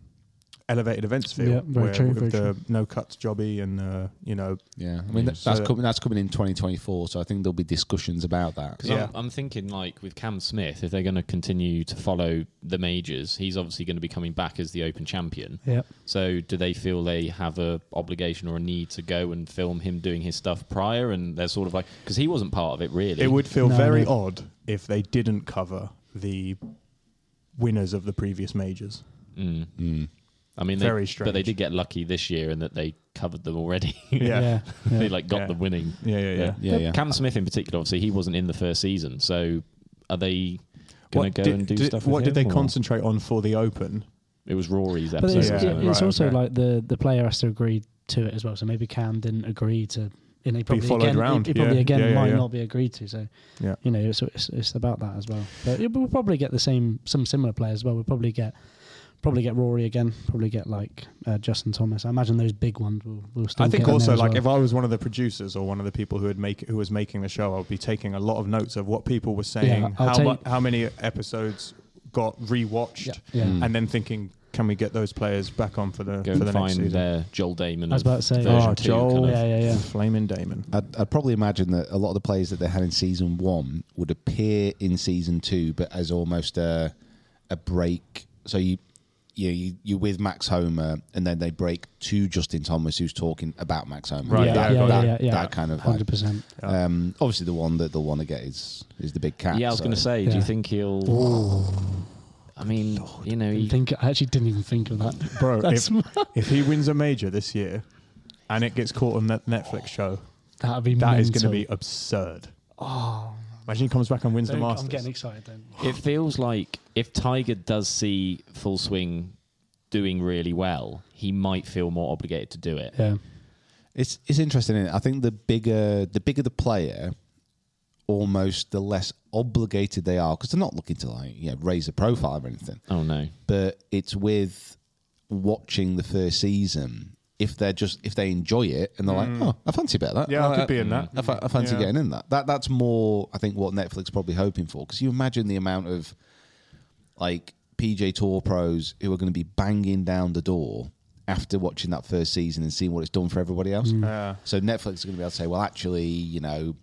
S4: elevated events feel,
S3: Yeah, very
S4: where
S3: true,
S4: with
S3: very
S4: the
S3: true.
S4: no cuts jobby and uh, you know
S2: Yeah, I mean that,
S4: So
S2: that's
S4: that-
S2: coming. That's coming in 2024, so I think there'll be discussions about that.
S1: Because
S4: Yeah.
S1: I'm, I'm thinking, like, with Cam Smith, if they're going to continue to follow the majors, he's obviously going to be coming back as the Open champion.
S3: Yeah.
S1: So, do they feel they have a obligation or a need to go and film him doing his stuff prior? And they're sort of like, because he wasn't part of it really.
S4: It would feel
S3: No,
S4: very
S3: no.
S4: odd if they didn't cover the winners of the previous majors.
S1: Mm.
S4: Mm.
S1: I mean, they,
S4: very
S1: But they
S4: strange.
S1: did get lucky this year in that they covered them already.
S4: Yeah.
S3: Yeah.
S1: they like got
S4: Yeah.
S1: the winning.
S4: Yeah, yeah, yeah.
S2: Yeah, yeah.
S1: Cam Smith in particular, obviously, he wasn't in the first season. So, are they going
S4: What
S1: to go
S4: did,
S1: and do
S4: did-
S1: stuff?
S4: what
S1: with
S4: did
S1: him,
S4: they
S1: or-
S4: concentrate on for the Open?
S1: It was Rory's
S3: But
S1: episode.
S3: it's,
S4: Yeah.
S1: wasn't it?
S3: it's
S4: Right,
S3: also
S4: okay.
S3: like the, the player has to agree to it as well. So maybe Cam didn't agree to, and he probably
S4: followed
S3: again,
S4: round,
S3: He, he probably
S4: yeah.
S3: again
S4: Yeah, yeah,
S3: might
S4: yeah.
S3: not be agreed to. So
S4: Yeah.
S3: you know, so it's, it's about that as well. But it- we'll probably get the same some similar players. as Well, we'll probably get probably get Rory again. Probably get like uh, Justin Thomas. I imagine those big ones will will still.
S4: I think
S3: get in there
S4: also
S3: as
S4: like
S3: well.
S4: if I was one of the producers or one of the people who had make who was making the show, I would be taking a lot of notes of what people were saying,
S3: I'll
S4: how
S3: tell
S4: mu-
S3: you-
S4: how many episodes got rewatched,
S3: Yeah. Yeah.
S4: and then thinking, can we get those players back on for the
S1: go
S4: for
S1: and
S4: the next
S1: find
S4: season?
S1: their Joel Damon.
S3: I was
S1: of
S3: about to say,
S1: version
S4: oh,
S1: two, kind
S4: Joel,
S1: of.
S3: Yeah, yeah, yeah.
S4: Flaming Damon.
S2: I'd, I'd probably imagine that a lot of the players that they had in season one would appear in season two, but as almost a a break. So you you you you're with Max Homer, and then they break to Justin Thomas, who's talking about Max Homer.
S4: Right,
S3: yeah,
S2: that,
S3: yeah,
S2: that,
S3: yeah, yeah,
S2: that kind of
S3: hundred
S2: like,
S3: percent.
S2: um, obviously the one that they'll want to get is is the big cat.
S1: Yeah, I was
S2: so-
S1: going to say, do you
S3: Yeah.
S1: think he'll? I mean, you know, he,
S3: Think I actually didn't even think of that,
S4: Bro,
S3: That's
S4: if, if he wins a major this year and it gets caught on that Netflix show,
S3: That'd be
S4: that is
S3: mental.
S4: going to be absurd. Oh, imagine he comes back and wins
S3: Don't-
S4: the
S3: I'm
S4: Masters.
S3: getting excited then.
S1: it feels like if Tiger does see Full Swing doing really well, he might feel more obligated to do it.
S3: Yeah.
S2: It's it's interesting. Isn't it? I think the bigger the bigger the player, almost the less obligated they are because they're not looking to like you know, raise a profile or anything.
S1: Oh no,
S2: But it's with watching the first season. If they're just if they enjoy it and they're like, oh, I fancy a bit of that.
S4: Mm. Yeah, I
S2: Like,
S4: could be in that.
S2: I, fa- I fancy
S4: Yeah.
S2: getting in that. That that's more. I think what Netflix probably hoping for because you imagine the amount of like PJ Tour pros who are going to be banging down the door after watching that first season and seeing what it's done for everybody else. So Netflix is going to be able to say, well, actually, you know,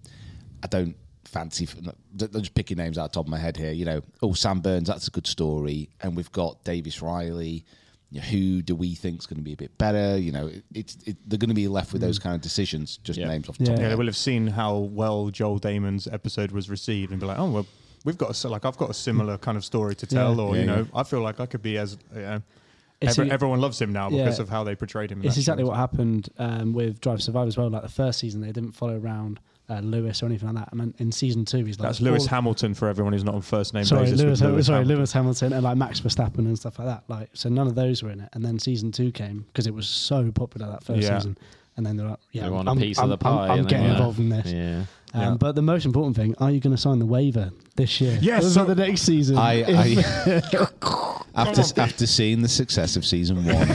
S2: I don't fancy. I'm just picking names out of the top of my head here. You know, oh Sam Burns, that's a good story, and we've got Davis Riley. You know, Who do we think's going to be a bit better? You know, it, it's it, they're going to be left with those kind of decisions. Just
S1: Yeah.
S2: names off the top.
S4: Yeah, they
S2: of my
S4: will
S2: head.
S4: have seen how well Joel Damon's episode was received and be like, oh, well, we've got a, s- like I've got a similar kind of story to tell, or
S2: Yeah,
S4: you know, I feel like I could be as. Uh,
S3: It's
S4: every,
S3: a-
S4: everyone loves him now because
S3: Yeah.
S4: of how they portrayed him. in
S3: It's
S4: that
S3: exactly
S4: show.
S3: what happened um, with Drive Survive as well. Like the first season, they didn't follow around uh, Lewis or anything like that. And then in season two, he's like
S4: That's Lewis
S3: all-
S4: Hamilton for everyone who's not on first name
S3: Sorry,
S4: basis. with
S3: Lewis,
S4: Lewis
S3: sorry,
S4: Hamilton.
S3: Lewis Hamilton and like Max Verstappen and stuff like that. Like, so none of those were in it. And then season two came because it was so popular that first
S4: Yeah.
S3: season. And then they're like, yeah,
S1: They want a
S3: I'm,
S1: piece of
S3: I'm,
S1: the
S3: I'm-
S1: pie,
S3: I'm
S1: and they
S3: getting
S1: wanna-
S3: involved in this.
S1: Yeah.
S3: Um,
S4: Yeah.
S3: But the most important thing, are you going to sign the waiver this year?
S4: Yes,
S3: Or
S4: so-
S3: the next season.
S2: I,
S3: If-
S2: I after after seeing the success of season one,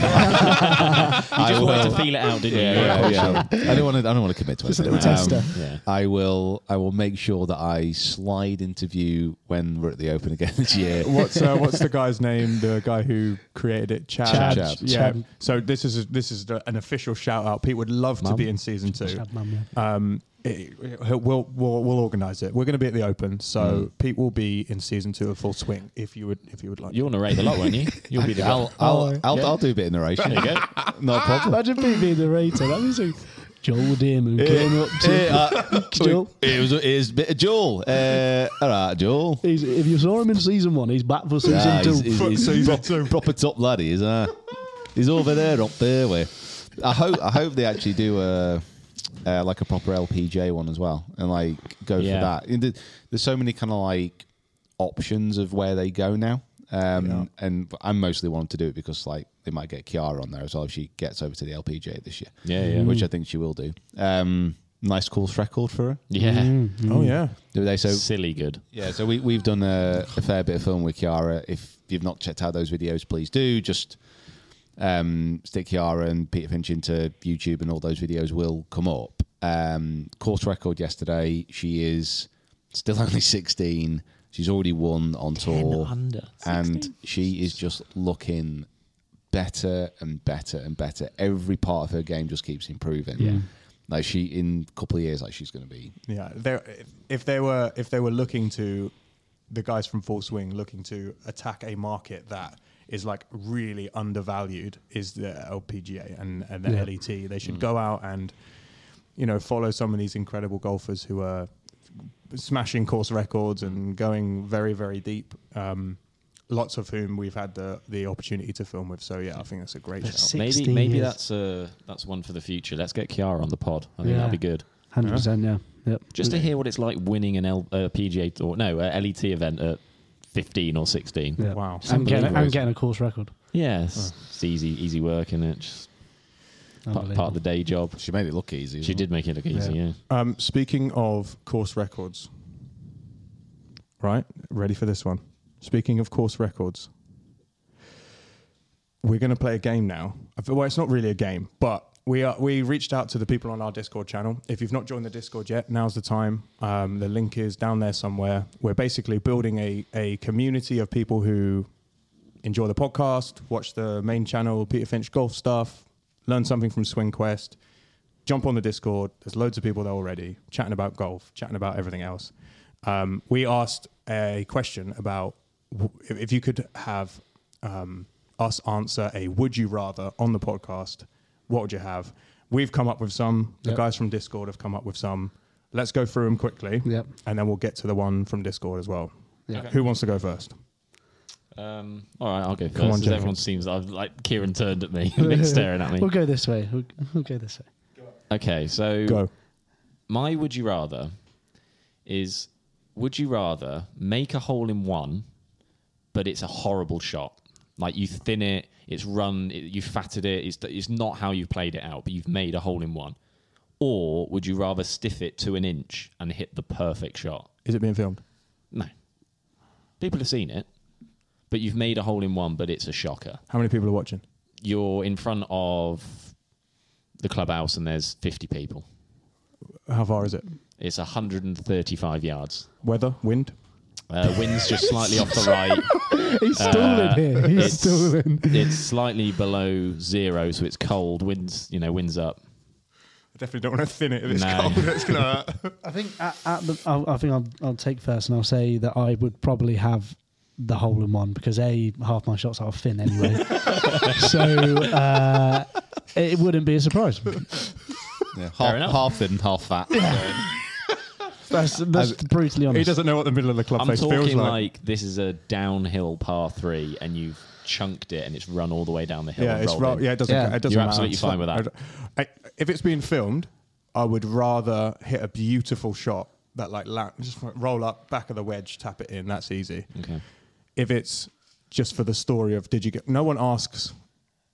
S2: I
S1: Just wanted
S2: will.
S1: to feel it out, didn't you?
S2: Yeah, yeah, yeah. I don't want to. I don't want to commit to
S3: Just a
S2: anything. Um,
S3: little tester.
S1: Yeah.
S2: I will. I will make sure that I slide interview when we're at the Open again this year.
S4: what's uh, what's the guy's name? The guy who created it, Chad.
S3: Chad.
S2: Chad.
S4: Yeah.
S3: Chad.
S4: So this is this is the- an official shout out. Pete would love to
S1: Mum.
S4: be in season two.
S3: Chad Mum,
S4: Um, it- it- we'll we'll we'll organise it. We're going to be at the Open, so Pete will be in season two of full swing. If you would if you would like.
S1: You'll narrate the lot, won't you? You'll be the guy.
S2: I'll I'll, I'll, I'll do a bit of narration.
S1: Oh, There you go.
S2: No problem.
S3: Imagine me being the rater. That was a Joel Damon going up to
S1: uh,
S3: Joel.
S2: It was, it was a bit of Joel. Uh, all right, Joel.
S3: He's, if you saw him in season one, he's back for season
S2: Ah,
S3: two.
S2: he's, he's, he's
S4: Season
S2: prop- proper top lad, he is. Uh, he's over there, up there. Way. I hope. I hope they actually do a uh, like a proper LPJ one as well, and like go
S1: Yeah.
S2: for that. And there- There's so many kind of like options of where they go now. Um, And I mostly wanted to do it because like they might get Kiara on there as well if she gets over to the LPJ this year.
S1: Yeah, yeah.
S2: which I think she will do. Um, nice course record for her.
S1: Yeah.
S4: oh yeah.
S2: Do they so
S1: Silly good.
S2: yeah, so we, we've done a, a fair bit of film with Kiara. If you've not checked out those videos, please do. Just um, stick Kiara and Peter Finch into YouTube, and all those videos will come up. Um, course record yesterday. She is still only 16. She's already won on tour.
S1: under.
S2: And she is just looking better and better and better. Every part of her game just keeps improving. Yeah. Like she in a couple of years, like she's going to be
S4: Yeah, they if they were if they were looking to the guys from Full Swing looking to attack a market that is like really undervalued is the LPGA and, and the LET. They should go out and you know follow some of these incredible golfers who are smashing course records and going very very deep. Um, lots of whom we've had the the opportunity to film with. So yeah, I think that's a great shout.
S1: Maybe
S3: 16
S1: maybe
S3: years.
S1: that's uh, that's one for the future. Let's get Kiara on the pod. I think
S3: Yeah.
S1: that'd be good.
S3: 100%, yeah. Yep.
S1: Just to hear what it's like winning an L, uh, PGA or no a LET event at fifteen or sixteen.
S3: Yeah.
S4: Wow.
S3: I'm getting, I'm getting a course record.
S1: Yeah, it's, it's easy easy work and it? Just part, part of the day job.
S2: she made it look easy.
S1: She did make it look easy. Yeah.
S4: Um, speaking of course records, right? Ready for this one? Speaking of course records, we're going to play a game now. I feel- Well, it's not really a game, but we are. We reached out to the people on our Discord channel. If you've not joined the Discord yet, now's the time. Um, the link is down there somewhere. We're basically building a a community of people who enjoy the podcast, watch the main channel, Peter Finch golf stuff, learn something from Swing Quest jump on the Discord. There's loads of people there already chatting about golf, chatting about everything else. Um, we asked a question about w- if if you could have um, us answer a would you rather on the podcast, what would you have? We've come up with some. The guys from Discord have come up with some. Let's go through them quickly.
S3: Yep.
S4: And then we'll get to the one from Discord as well. Who wants to go first?
S1: Um, all right, I'll go first.
S4: on,
S1: 'cause
S4: Jacob.
S1: everyone seems I've like Kieran turned at me, Nick's staring at
S3: We'll
S1: me.
S3: go this way. We'll, we'll go this way.
S1: Okay, so
S4: Go.
S1: my would you rather is would you rather make a hole in one, but it's a horrible shot? Like you thin it, it's run, it, you fatted it, it's, it's not how you've played it out, but you've made a hole in one. Or would you rather stiff it to an inch and hit the perfect shot?
S4: Is it being filmed?
S1: No. People have seen it, but you've made a hole in one, but it's a shocker.
S4: How many people are watching?
S1: You're in front of the clubhouse and there's 50 people.
S4: How far is it?
S1: It's 135 yards.
S4: Weather? Wind?
S1: Uh, wind's just slightly off the right. Uh,
S3: He's stolen here. He's
S1: It's,
S3: stolen.
S1: it's slightly below zero, so it's cold. Winds, you know, winds up.
S4: I definitely don't want to thin it if it's
S1: No.
S4: cold. It's going to hurt.
S3: I think at, at the, Uh, I'll, I think I'll, I'll take first, and I'll say that I would probably have the hole in one because a half my shots are thin anyway, so uh, it wouldn't be a surprise.
S2: Yeah, half,
S1: enough.
S2: half thin, half fat.
S3: That's, that's brutally
S4: He
S3: honest.
S4: doesn't know what the middle of the club
S1: I'm
S4: face feels
S1: talking like,
S4: like.
S1: this is a downhill par three, and you've chunked it, and it's run all the way down the hill.
S4: yeah,
S1: and
S4: it's
S1: rolled
S4: ro-
S1: in.
S4: yeah, it doesn't.
S3: Yeah.
S4: ca- It doesn't
S1: You're
S4: matter.
S1: absolutely
S4: It's
S1: fine
S4: not-
S1: with that.
S4: I don't- I- if it's being filmed, I would rather hit a beautiful shot that like la- just like roll up back of the wedge, tap it in. That's easy.
S1: Okay.
S4: If it's just for the story of did you get? No one asks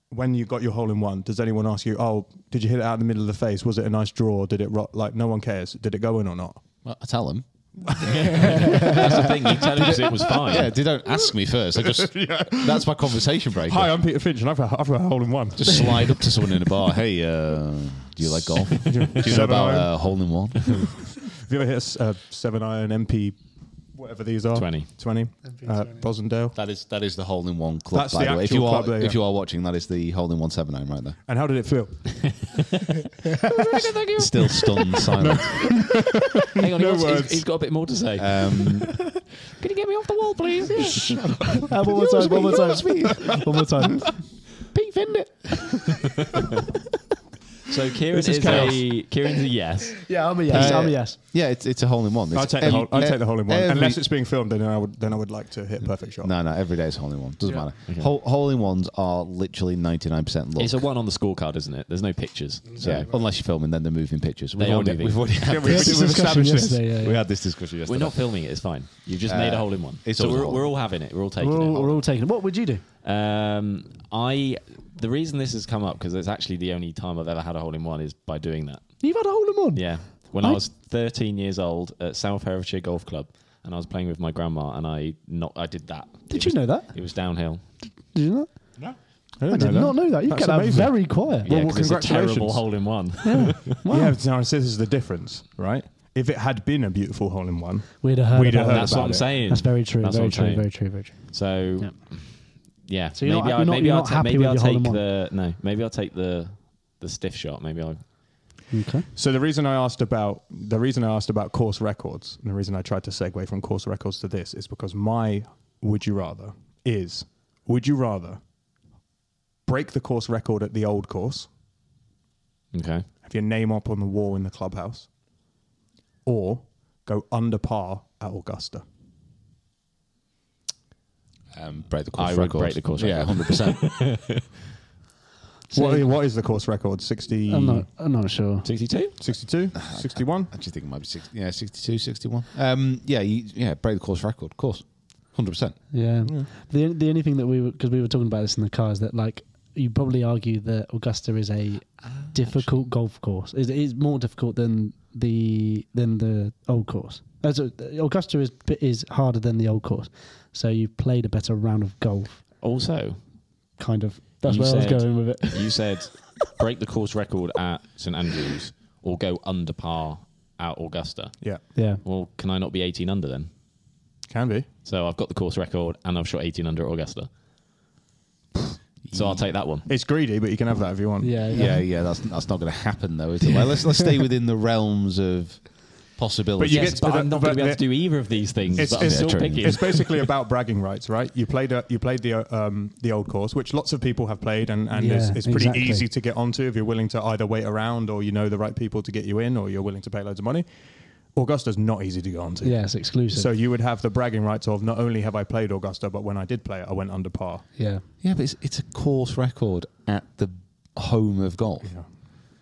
S4: when you got your hole in one, does anyone ask you, "Oh, did you hit it out in the middle of the face? Was it a nice draw? Did it rock?" Like no one cares. Did it go in or not?
S2: Well, I tell them.
S1: That's the thing. You tell him 'cause it was fine.
S2: Yeah, they don't ask me first. I just that's my conversation breaker.
S4: Hi, I'm Peter Finch, and I've got, I've got a hole in one.
S2: just slide up to someone in a bar. Hey, uh, do you like golf? Do you know
S4: Seven
S2: about
S4: iron.
S2: uh, hole in one?
S4: Have you ever hit a s- a seven iron MP, whatever these are?
S1: 20.
S4: 20. Uh, Brosendale.
S2: That is that is the hole in one club.
S4: That's
S2: by
S4: the
S2: the, way, if
S4: actual
S2: you are
S4: club, yeah.
S2: if you are watching, that is the hole in one seven nine right there.
S4: And how did it feel?
S2: Still stunned, silent.
S1: Hang on, he
S4: No
S1: wants- he's-
S4: words.
S1: he's got a bit more to say.
S2: Um,
S1: Can you get me off the wall, please? Yeah.
S3: Uh, one more time, one more time. one more time.
S1: Pete Findit. so Kieran
S3: This
S1: is,
S3: is
S1: a Kieran's a yes.
S3: Yeah, I'm a yes.
S2: Uh,
S3: I'm a yes.
S2: yeah, it's it's a hole in one.
S4: I'll
S2: It's
S4: take, the
S2: ev-
S4: hole, I'll take the hole in one.
S2: every-
S4: Unless it's being filmed, then I would then I would like to hit perfect shot.
S2: no, no, every day is hole in one. Doesn't matter. Hole, hole in ones are literally ninety nine percent luck.
S1: It's a one on the scorecard, isn't it? There's no pictures. So
S2: yeah, unless you're filming, then they're moving pictures. We've
S1: They are
S2: already,
S1: moving.
S2: We've already had
S4: we-
S2: this.
S4: we- we've established this.
S3: yesterday, yeah,
S2: We
S3: yeah.
S2: had this discussion yesterday.
S1: we're not filming it. It's fine. You've just
S4: Uh,
S1: made a hole in one.
S2: it's
S1: so
S2: always a
S1: we're,
S2: hole.
S1: we're all having it. We're all taking
S3: We're all,
S1: it.
S3: we're all taking it. What would you do?
S1: Um, I the reason this has come up because it's actually the only time I've ever had a hole in one is by doing that.
S3: You've had a hole in one.
S1: Yeah, when I,
S3: I-
S1: was 13 years old at South Herefordshire Golf Club, and I was playing with my grandma, and I not I did that.
S3: Did
S1: It
S3: you
S1: was-
S3: know that?
S1: It was downhill.
S3: Did you not?
S4: No.
S3: I did not know that. You
S4: That's
S3: get out
S4: amazing.
S3: very quiet.
S1: Yeah,
S4: well,
S1: 'cause it's a terrible
S4: congratulations.
S1: hole in one.
S4: Yeah, but now this is the difference, right? If it had been a beautiful hole in one,
S3: We'd have heard
S4: We'd
S3: about
S4: have heard
S3: it.
S1: That's what
S4: about
S1: I'm
S4: it.
S1: saying.
S3: That's very true.
S1: That's
S3: very
S1: what I'm
S3: true.
S1: saying.
S3: Very true. Very true.
S1: So
S3: Yeah.
S1: yeah,
S3: So you're
S1: maybe
S3: not-
S1: I
S3: you're not-
S1: maybe
S3: you're
S1: I'll,
S3: not
S1: ta-
S3: happy
S1: maybe
S3: with
S1: I'll
S3: your hole in
S1: take
S3: one?
S1: the no, maybe I'll take the the stiff shot. Maybe I
S3: Okay.
S4: So the reason I asked about the reason I asked about course records and the reason I tried to segue from course records to this is because my would you rather is would you rather break the course record at the old course,
S1: okay.
S4: have your name up on the wall in the clubhouse, or go under par at Augusta?
S2: um, break the course
S1: I would
S2: record.
S1: break the course
S2: Yeah,
S1: record.
S2: hundred percent.
S4: what, what is the course record? 60,
S3: I'm not. I'm not sure.
S1: 62?
S4: 62, 61?
S2: I actually think it might be six, yeah, 62, 61. Um, yeah, you, yeah, break the course record, of course. 100%.
S3: Yeah. The the only thing that we because we were talking about this in the car is that like you probably argue that Augusta is a
S1: Ah,
S3: difficult golf course. It is more difficult than the than the old course. Uh, so Augusta is is harder than the old course. So you played a better round of golf,
S1: Also,
S3: kind of. That's
S1: You
S3: where I
S1: said-
S3: was going with it.
S1: you said break the course record at St Andrews or go under par at Augusta.
S4: Yeah,
S3: Yeah.
S1: Well, can I not be 18 under then?
S4: can be.
S1: So I've got the course record and I've shot 18 under at Augusta. So I'll take that one.
S4: It's greedy, but you can have that if you want.
S3: Yeah.
S2: Yeah, yeah, that's that's not going to happen, though, is it? Well, let's, let's stay within the realms of
S4: But
S2: possibility.
S4: you
S1: Yes,
S4: get-
S1: but
S4: but-
S1: I'm not going to be
S4: but
S1: able to do either of these things.
S4: It's,
S1: but I'm
S4: it's-
S1: still
S2: true.
S1: picking.
S4: it's basically about bragging rights, right? You played a, you played the uh, um, the old course, which lots of people have played, and, and it's,
S3: Yeah,
S4: it's pretty
S3: exactly.
S4: easy to get onto if you're willing to either wait around or you know the right people to get you in, or you're willing to pay loads of money. Augusta's not easy to get onto.
S3: Yeah, it's exclusive.
S4: So you would have the bragging rights of not only have I played Augusta, but when I did play it, I went under par.
S3: yeah.
S2: yeah, but it's, it's a course record at the home of golf.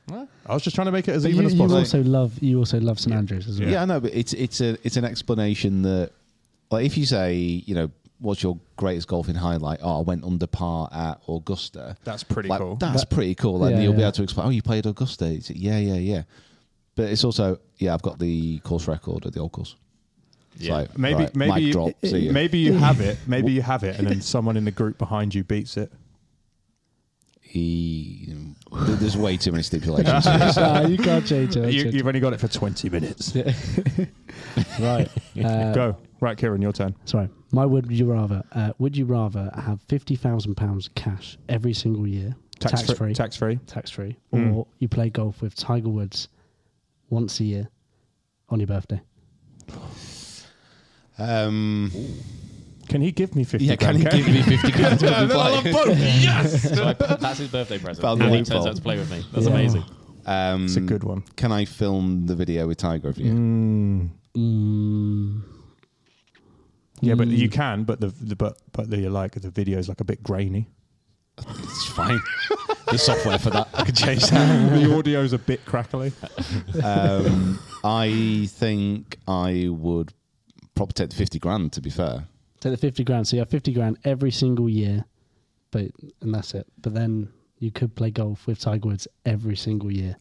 S2: Yeah,
S4: I was just trying to make it as
S3: But
S4: even
S3: you,
S4: as
S3: you
S4: possible.
S3: also love you also love St Andrews
S4: Uh,
S3: as well.
S2: I know, but it's it's a it's an explanation that, like, if you say, you know, what's your greatest golfing highlight? Oh, I went under par at Augusta.
S4: That's pretty
S2: Like,
S4: cool.
S2: That's pretty cool. Like,
S3: Yeah,
S2: you'll be
S3: yeah.
S2: able to explain. Oh, you played Augusta. It's, yeah, yeah, yeah. But it's also yeah. I've got the course record at the old course. It's
S1: Yeah.
S2: like,
S4: maybe
S2: right,
S4: maybe
S2: mic
S4: you,
S2: drop, see ya.
S4: maybe you have it, maybe you have it, and then someone in the group behind you beats it.
S2: he. th- There's way too many stipulations. to this.
S3: Ah, you can't change it.
S4: You, you've only got it for twenty minutes.
S3: right. Uh,
S4: Go right, Kieran, your turn.
S3: Sorry, my would you rather? Uh, would you rather have fifty thousand pounds cash every single year, tax, free,
S4: Tax free. Hmm.
S3: tax free, or you play golf with Tiger Woods once a year on your birthday?
S2: Um,
S4: Can he give me 50
S2: yeah, can
S4: grand
S2: he
S4: cash?
S2: give me fifty grand to
S4: And then I'll
S2: play?
S4: have both. Yes!
S1: So I- that's his birthday present.
S2: Found
S1: And
S2: the
S1: he
S2: loophole.
S1: turns out to play with me. That's
S3: Yeah.
S1: amazing.
S2: Um,
S4: It's a good one.
S2: Can I film the video with Tiger every year?
S3: Mm,
S4: Hmm. Yeah, but you can, but the, the but but the like the video is like a bit grainy.
S2: It's fine. There's software for that. I can change that.
S4: the audio's a bit crackly.
S2: Um, I think I would probably take the fifty grand. To be fair,
S3: take the fifty grand. So you have fifty grand every single year, but and that's it. But then you could play golf with Tiger Woods every single year,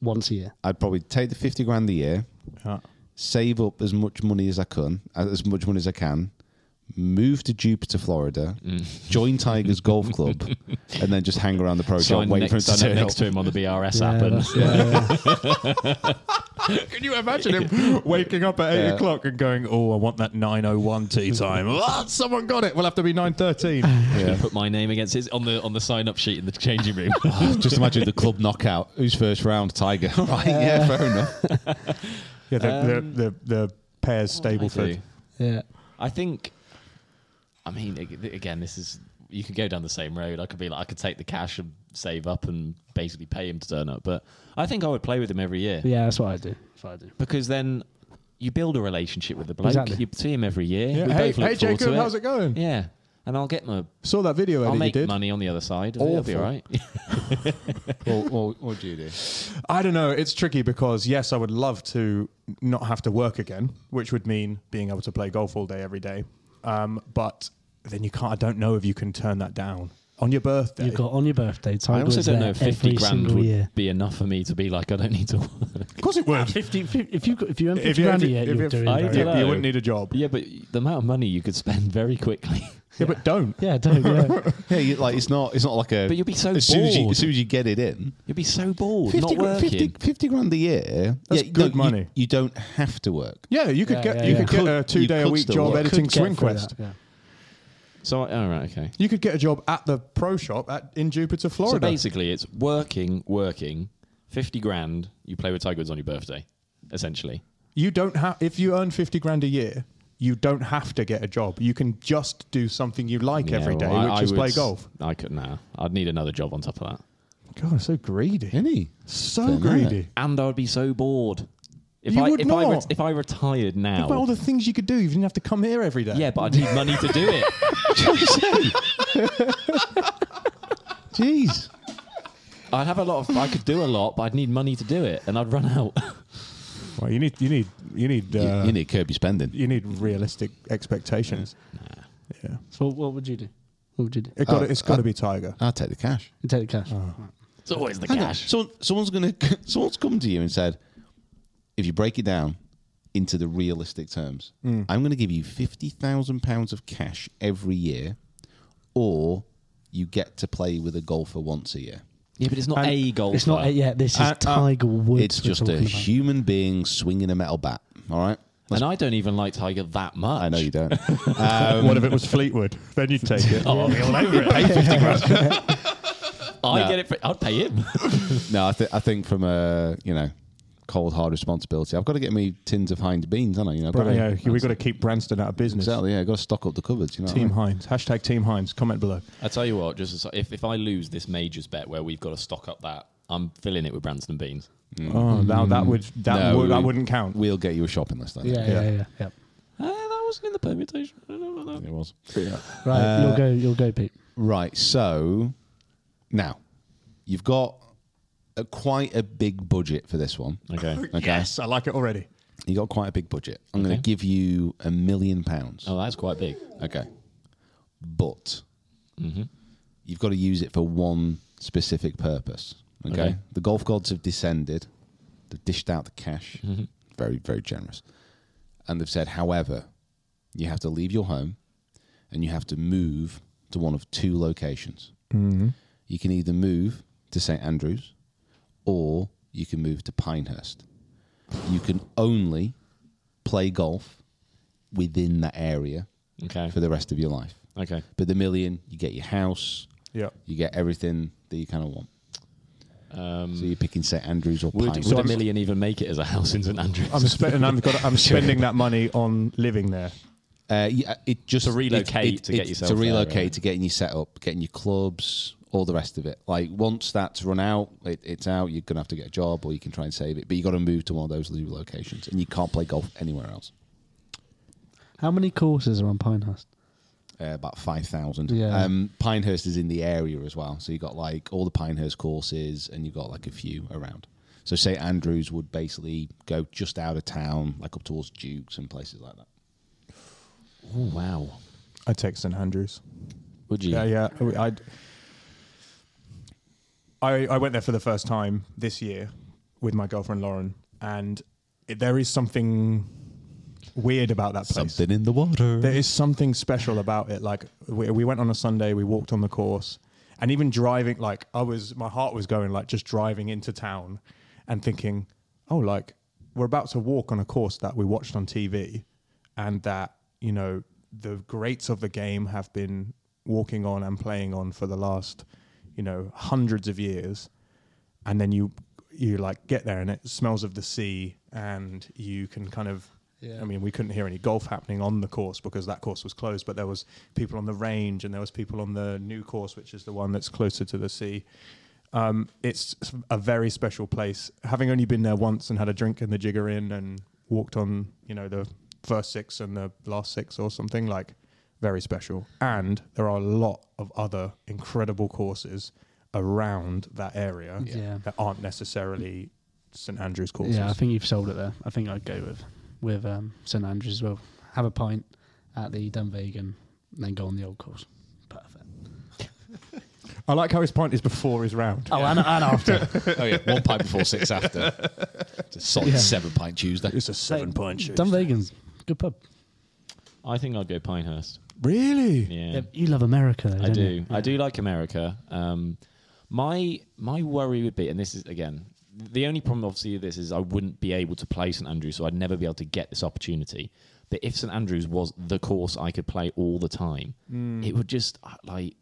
S3: once a year.
S2: I'd probably take the fifty grand a year,
S4: Yeah.
S2: save up as much money as I can, as much money as I can, move to Jupiter, Florida,
S1: Mm.
S2: join Tiger's Golf Club, and then just hang around the pro shop
S1: Sign
S2: waiting for him
S1: next,
S2: to
S1: sign
S2: turn up.
S1: next to him on the BRS app.
S3: Yeah,
S1: And,
S3: that's- yeah.
S4: Can you imagine him waking up at eight o'clock and going, "Oh, I want that nine oh one tea time. Ah, someone got it. We'll have to be nine thirteen.
S1: He put my name against his on the on the sign up sheet in the changing room.
S2: Just imagine the club knockout. Who's first round? Tiger. right? Yeah, fair enough.
S4: Yeah, the, the, the, the pairs
S1: I,
S4: Stableford.
S3: yeah.
S1: I think. I mean, ag- again, this is you could go down the same road. I could be like, I could take the cash and save up and basically pay him to turn up. But I think I would play with him every year.
S3: Yeah, that's what I do. That's what I do.
S1: because then you build a relationship with the bloke.
S3: Exactly.
S1: You see him every year.
S4: Yeah,
S1: We
S4: hey-
S1: both look
S4: hey,
S1: forward
S4: Jacob,
S1: to
S4: how's it going?
S1: Yeah, and I'll get my.
S4: Saw that video
S1: I'll
S4: Eddie you
S1: make
S4: did.
S1: money on the other side. It'll be all
S2: Awful.
S1: right.
S2: what, what, what do you do?
S4: I don't know. It's tricky because yes, I would love to not have to work again, which would mean being able to play golf all day every day. Um, but then you can't. I don't know if you can turn that down on your birthday.
S3: You've got on your birthday, Tiger
S1: I also
S3: Woods
S1: don't know
S3: there
S1: if fifty
S3: every
S1: grand
S3: single
S1: would
S3: year.
S1: be enough for me to be like I don't need to work.
S4: of course, it would.
S3: 50, if you if you earn
S4: If
S3: 50
S4: you-
S3: grand
S4: if
S3: a
S4: you-
S3: year,
S4: if
S3: you're
S4: you-
S3: doing
S1: I
S3: very
S1: don't
S4: You,
S3: well.
S1: know.
S4: you wouldn't need a job.
S1: Yeah, but the amount of money you could spend very quickly.
S4: Yeah, but don't.
S3: Yeah, don't. Yeah.
S2: Yeah, you, like it's not. It's not like a.
S1: But you'll be so
S2: as soon as you
S1: bored.
S2: as soon as you get it in.
S1: You'd be so bored, not
S2: gra-
S1: working.
S2: 50, 50 grand a year.
S4: That's
S2: you-
S4: good
S2: you-
S4: money.
S2: You, don't have to work.
S4: Yeah, you could
S3: Yeah,
S4: get
S3: yeah,
S4: you
S3: yeah.
S4: could get a
S2: Could-
S4: two day
S2: you
S4: a
S2: could
S4: week
S2: still
S4: job
S2: work.
S4: editing
S3: Could
S4: swing
S3: get through that,
S4: quest.
S3: yeah.
S1: So, I- all right, okay.
S4: You could get a job at the pro shop at in Jupiter,
S1: So
S4: Florida.
S1: basically, it's working, working, fifty grand. You play with Tiger Woods on your birthday, essentially.
S4: you don't have if you earn 50 grand a year you don't have to get a job you can just do something you like
S1: Yeah,
S4: every day
S1: well, I-
S4: which
S1: I
S4: is
S1: would
S4: play
S1: s-
S4: golf
S1: I could now. I'd need another job on top of that.
S4: god so greedy
S2: Isn't he?
S4: so
S2: Fair
S4: greedy
S1: and I would be so bored. If
S4: You
S1: I
S4: would
S1: if I
S4: not.
S1: re- if I retired now,
S4: Think about all the things you could do you didn't have to come here every day
S1: yeah, but I'd need money to do it.
S2: Jeez.
S1: I'd have a lot of I could do a lot, but I'd need money to do it, and I'd run out.
S4: well, you need you need you need
S2: You-
S4: uh,
S2: you, need Kirby spending.
S4: you need realistic expectations yeah Uh,
S3: So what would you do? What would you do?
S4: it got it's got to be tiger
S2: I'll take the cash.
S3: You take the cash.
S1: Oh. It's always the
S2: Hang on.
S1: cash.
S2: Someone, someone's gonna someone's come to you and said, if you break it down into the realistic terms, I'm gonna give you fifty thousand pounds of cash every year, or you get to play with a golfer once a year.
S1: yeah, but it's not a golfer.
S3: It's not. Yeah, this is
S2: Uh, uh,
S3: Tiger Woods.
S2: it's
S3: we're
S2: just a
S3: talking about.
S2: human being swinging a metal bat. All right.
S1: and I don't even like Tiger that much.
S2: I know you don't. Uh,
S4: what if it was fleetwood then you'd take it
S1: Oh, I'll be all over it. Pay fifty grand. I get it. For, I'd pay him.
S2: No, I, th- I think from a you know cold hard responsibility, I've got to get me tins of Heinz beans, haven't I? You know, I've
S4: Bra-
S2: gotta-
S4: yeah, we've got to keep branston out of business
S2: exactly. Yeah, I've got to stock up the cupboards. You know, what I
S4: team
S2: mean?
S4: heinz hashtag team heinz comment below
S1: I tell you what, just as, if if I lose this majors bet where we've got to stock up that, I'm filling it with Branston beans.
S4: oh now that would that
S2: No,
S4: would that
S2: we-
S4: wouldn't count
S2: We'll get you a shopping list. I think.
S3: Yeah, yeah, yeah, yeah.
S1: Eh, that wasn't in the permutation. I don't know about that.
S2: it was
S3: Right, you'll go. You'll go, Pete.
S2: right. So now you've got a, quite a big budget for this one.
S1: Okay.
S2: Okay,
S4: yes i like it already
S2: you got quite a big budget. I'm going
S1: Okay.
S2: to give you a million pounds.
S1: Oh, that's quite big. Mm-hmm.
S2: Okay, but you've got to use it for one specific purpose. Okay?
S1: Okay.
S2: the golf gods have descended. They've dished out the cash,
S1: Mm-hmm.
S2: very very generous, and they've said, however, you have to leave your home, and you have to move to one of two locations. You can either move to St Andrews, or you can move to Pinehurst. You can only play golf within that area
S1: Okay.
S2: for the rest of your life.
S1: Okay.
S2: But the million, you get your house,
S4: Yeah.
S2: you get everything that you kind of want.
S1: Um,
S2: So you're picking St Andrews or
S1: Would,
S2: Pine.
S1: would a million even make it as a house in St Andrews?
S4: I'm spending. I'm, got, I'm spending that money on living there.
S2: Uh, yeah, it just
S1: To relocate
S2: it- it-
S1: to get
S2: it-
S1: yourself
S2: to
S1: there,
S2: relocate
S1: really.
S2: to getting you set up, getting your clubs, all the rest of it. Like once that's run out, it, it's out. You're gonna have to get a job, or you can try and save it. But you got to move to one of those new locations, and you can't play golf anywhere else.
S3: How many courses are on Pinehurst?
S2: Uh, about five thousand.
S3: Yeah.
S2: Um, Pinehurst is in the area as well, so you got like all the Pinehurst courses, and you got like a few around. So St Andrews would basically go just out of town, like up towards Dukes and places like that.
S1: oh, wow.
S4: I take St Andrews.
S1: Would you?
S4: Yeah, yeah. I, I, I went there for the first time this year with my girlfriend Lauren, and it, there is something weird about that place.
S2: Something in the water.
S4: There is something special about it. Like we, we went on a Sunday, we walked on the course, and even driving, like I was, my heart was going, like just driving into town, and thinking, oh, like we're about to walk on a course that we watched on TV, and that you know the greats of the game have been walking on and playing on for the last, you know, hundreds of years, and then you you like get there and it smells of the sea and you can kind of I mean, we couldn't hear any golf happening on the course because that course was closed, but there was people on the range and there was people on the new course, which is the one that's closer to the sea. Um, it's a very special place. Having only been there once and had a drink and the jigger in and walked on, you know, the first six and the last six or something like very special. And there are a lot of other incredible courses around that area
S3: Yeah.
S4: that aren't necessarily St Andrew's courses.
S3: Yeah, I think you've sold it there. I think I'd go with with um, St Andrews as well. Have a pint at the Dunvegan, then go on the old course. Perfect.
S4: I like how his pint is before his round.
S3: Oh, and, and after.
S2: oh yeah, one pint before six after. It's a solid
S3: Yeah.
S2: seven pint Tuesday.
S4: It's a seven pint shoot.
S3: Dunvegan's good pub.
S1: I think I'd go Pinehurst.
S4: Really?
S1: Yeah.
S3: You love America, though,
S1: I
S3: don't
S1: do.
S3: you?
S1: I do like America. Um, my my worry would be, and this is again the only problem, obviously, with this is I wouldn't be able to play St Andrews, so I'd never be able to get this opportunity. But if St Andrews was the course I could play all the time, it would just uh, like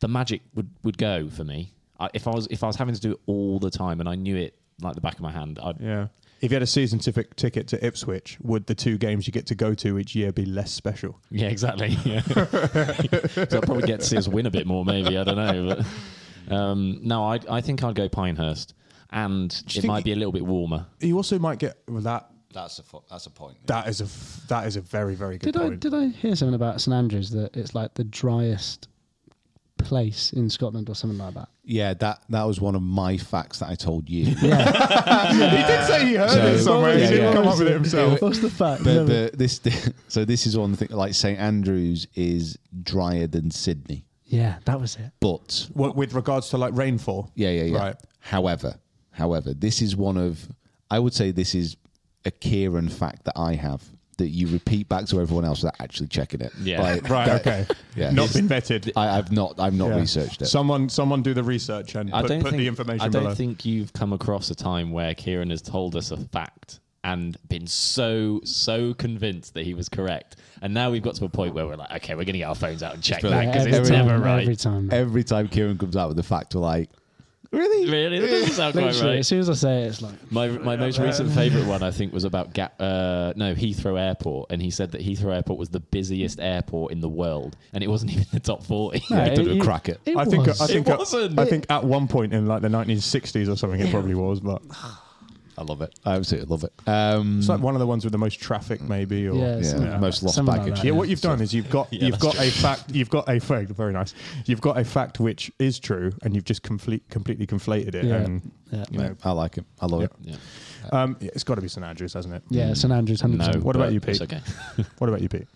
S1: the magic would would go for me. I, if I was if I was having to do it all the time and I knew it like the back of my hand, I'd,
S4: Yeah. If you had a season tifi- ticket to Ipswich, would the two games you get to go to each year be less special?
S1: Yeah, exactly. Yeah. so I'll probably get to see us win a bit more, maybe. I don't know. But um, no, I, I think I'd go Pinehurst. And it
S4: think-
S1: might be a little bit warmer.
S4: You also might get well, that.
S2: That's a fo- that's a point.
S4: That is a f- that is a very very good
S3: Did I
S4: point.
S3: did I hear something about St Andrews that it's like the driest place in Scotland or something like that?
S2: Yeah, that that was one of my facts that I told you.
S4: he did say he heard
S2: So-
S4: it somewhere.
S2: Yeah,
S4: he didn't
S2: yeah.
S4: come up with it himself.
S3: What's the fact?
S2: But, but this so this is one thing. Like St Andrews is drier than Sydney,
S3: yeah, that was it.
S2: but
S4: What, with regards to like rainfall.
S2: Yeah, yeah, yeah.
S4: Right.
S2: However, however, this is one of I would say this is a Kieran fact that I have that you repeat back to everyone else without actually checking it.
S1: Yeah.
S4: Right.
S2: that-
S4: okay.
S2: Yeah.
S4: Not
S2: It's-
S4: been vetted.
S2: I, I've not I've not
S4: Yeah.
S2: researched it.
S4: Someone someone do the research and
S1: I
S4: put,
S1: don't
S4: put
S1: think
S4: the information
S1: I don't
S4: below.
S1: think you've come across a time where Kieran has told us a fact and been so so convinced that he was correct. And now we've got to a point where we're like, okay, we're going to get our phones out and check that
S2: brilliant.
S1: because
S3: every
S1: it's
S3: time,
S1: never
S3: Every
S1: right.
S3: time.
S2: Every time Kieran comes out with a fact, we're like, really?
S1: Really, that doesn't sound quite
S3: Literally,
S1: right.
S3: as soon as I say it, it's like
S1: My, my most recent favourite one, I think, was about Ga- uh, no Heathrow Airport, and he said that Heathrow Airport was the busiest airport in the world, and it wasn't even in the top forty.
S2: I
S3: No,
S2: thought we'd crack it.
S4: I think
S3: was.
S4: I think
S1: It wasn't.
S4: I think at one point in like the 1960s or something, it probably was. But
S2: I love it. I absolutely love it. Um,
S4: it's like one of the ones with the most traffic, maybe. Or
S3: Yeah,
S2: yeah,
S3: something like
S2: most
S3: that.
S2: lost
S3: Something like
S2: baggage.
S3: that,
S4: Yeah,
S3: yeah.
S4: what you've done is you've got you've
S1: that's
S4: got
S1: true.
S4: a fact you've got a fact very nice you've got a fact which is true and you've just complete, completely conflated it
S3: Yeah.
S4: and
S3: Yeah.
S4: you know
S2: I like it. I love
S4: Yeah.
S2: it.
S1: Yeah.
S4: um, yeah, it's got to be St Andrews, hasn't it?
S3: Yeah, St Andrews, hundred
S1: No.
S3: percent.
S4: What
S1: but
S4: about you,
S1: It's
S4: Pete?
S1: okay.
S4: What about you, Pete?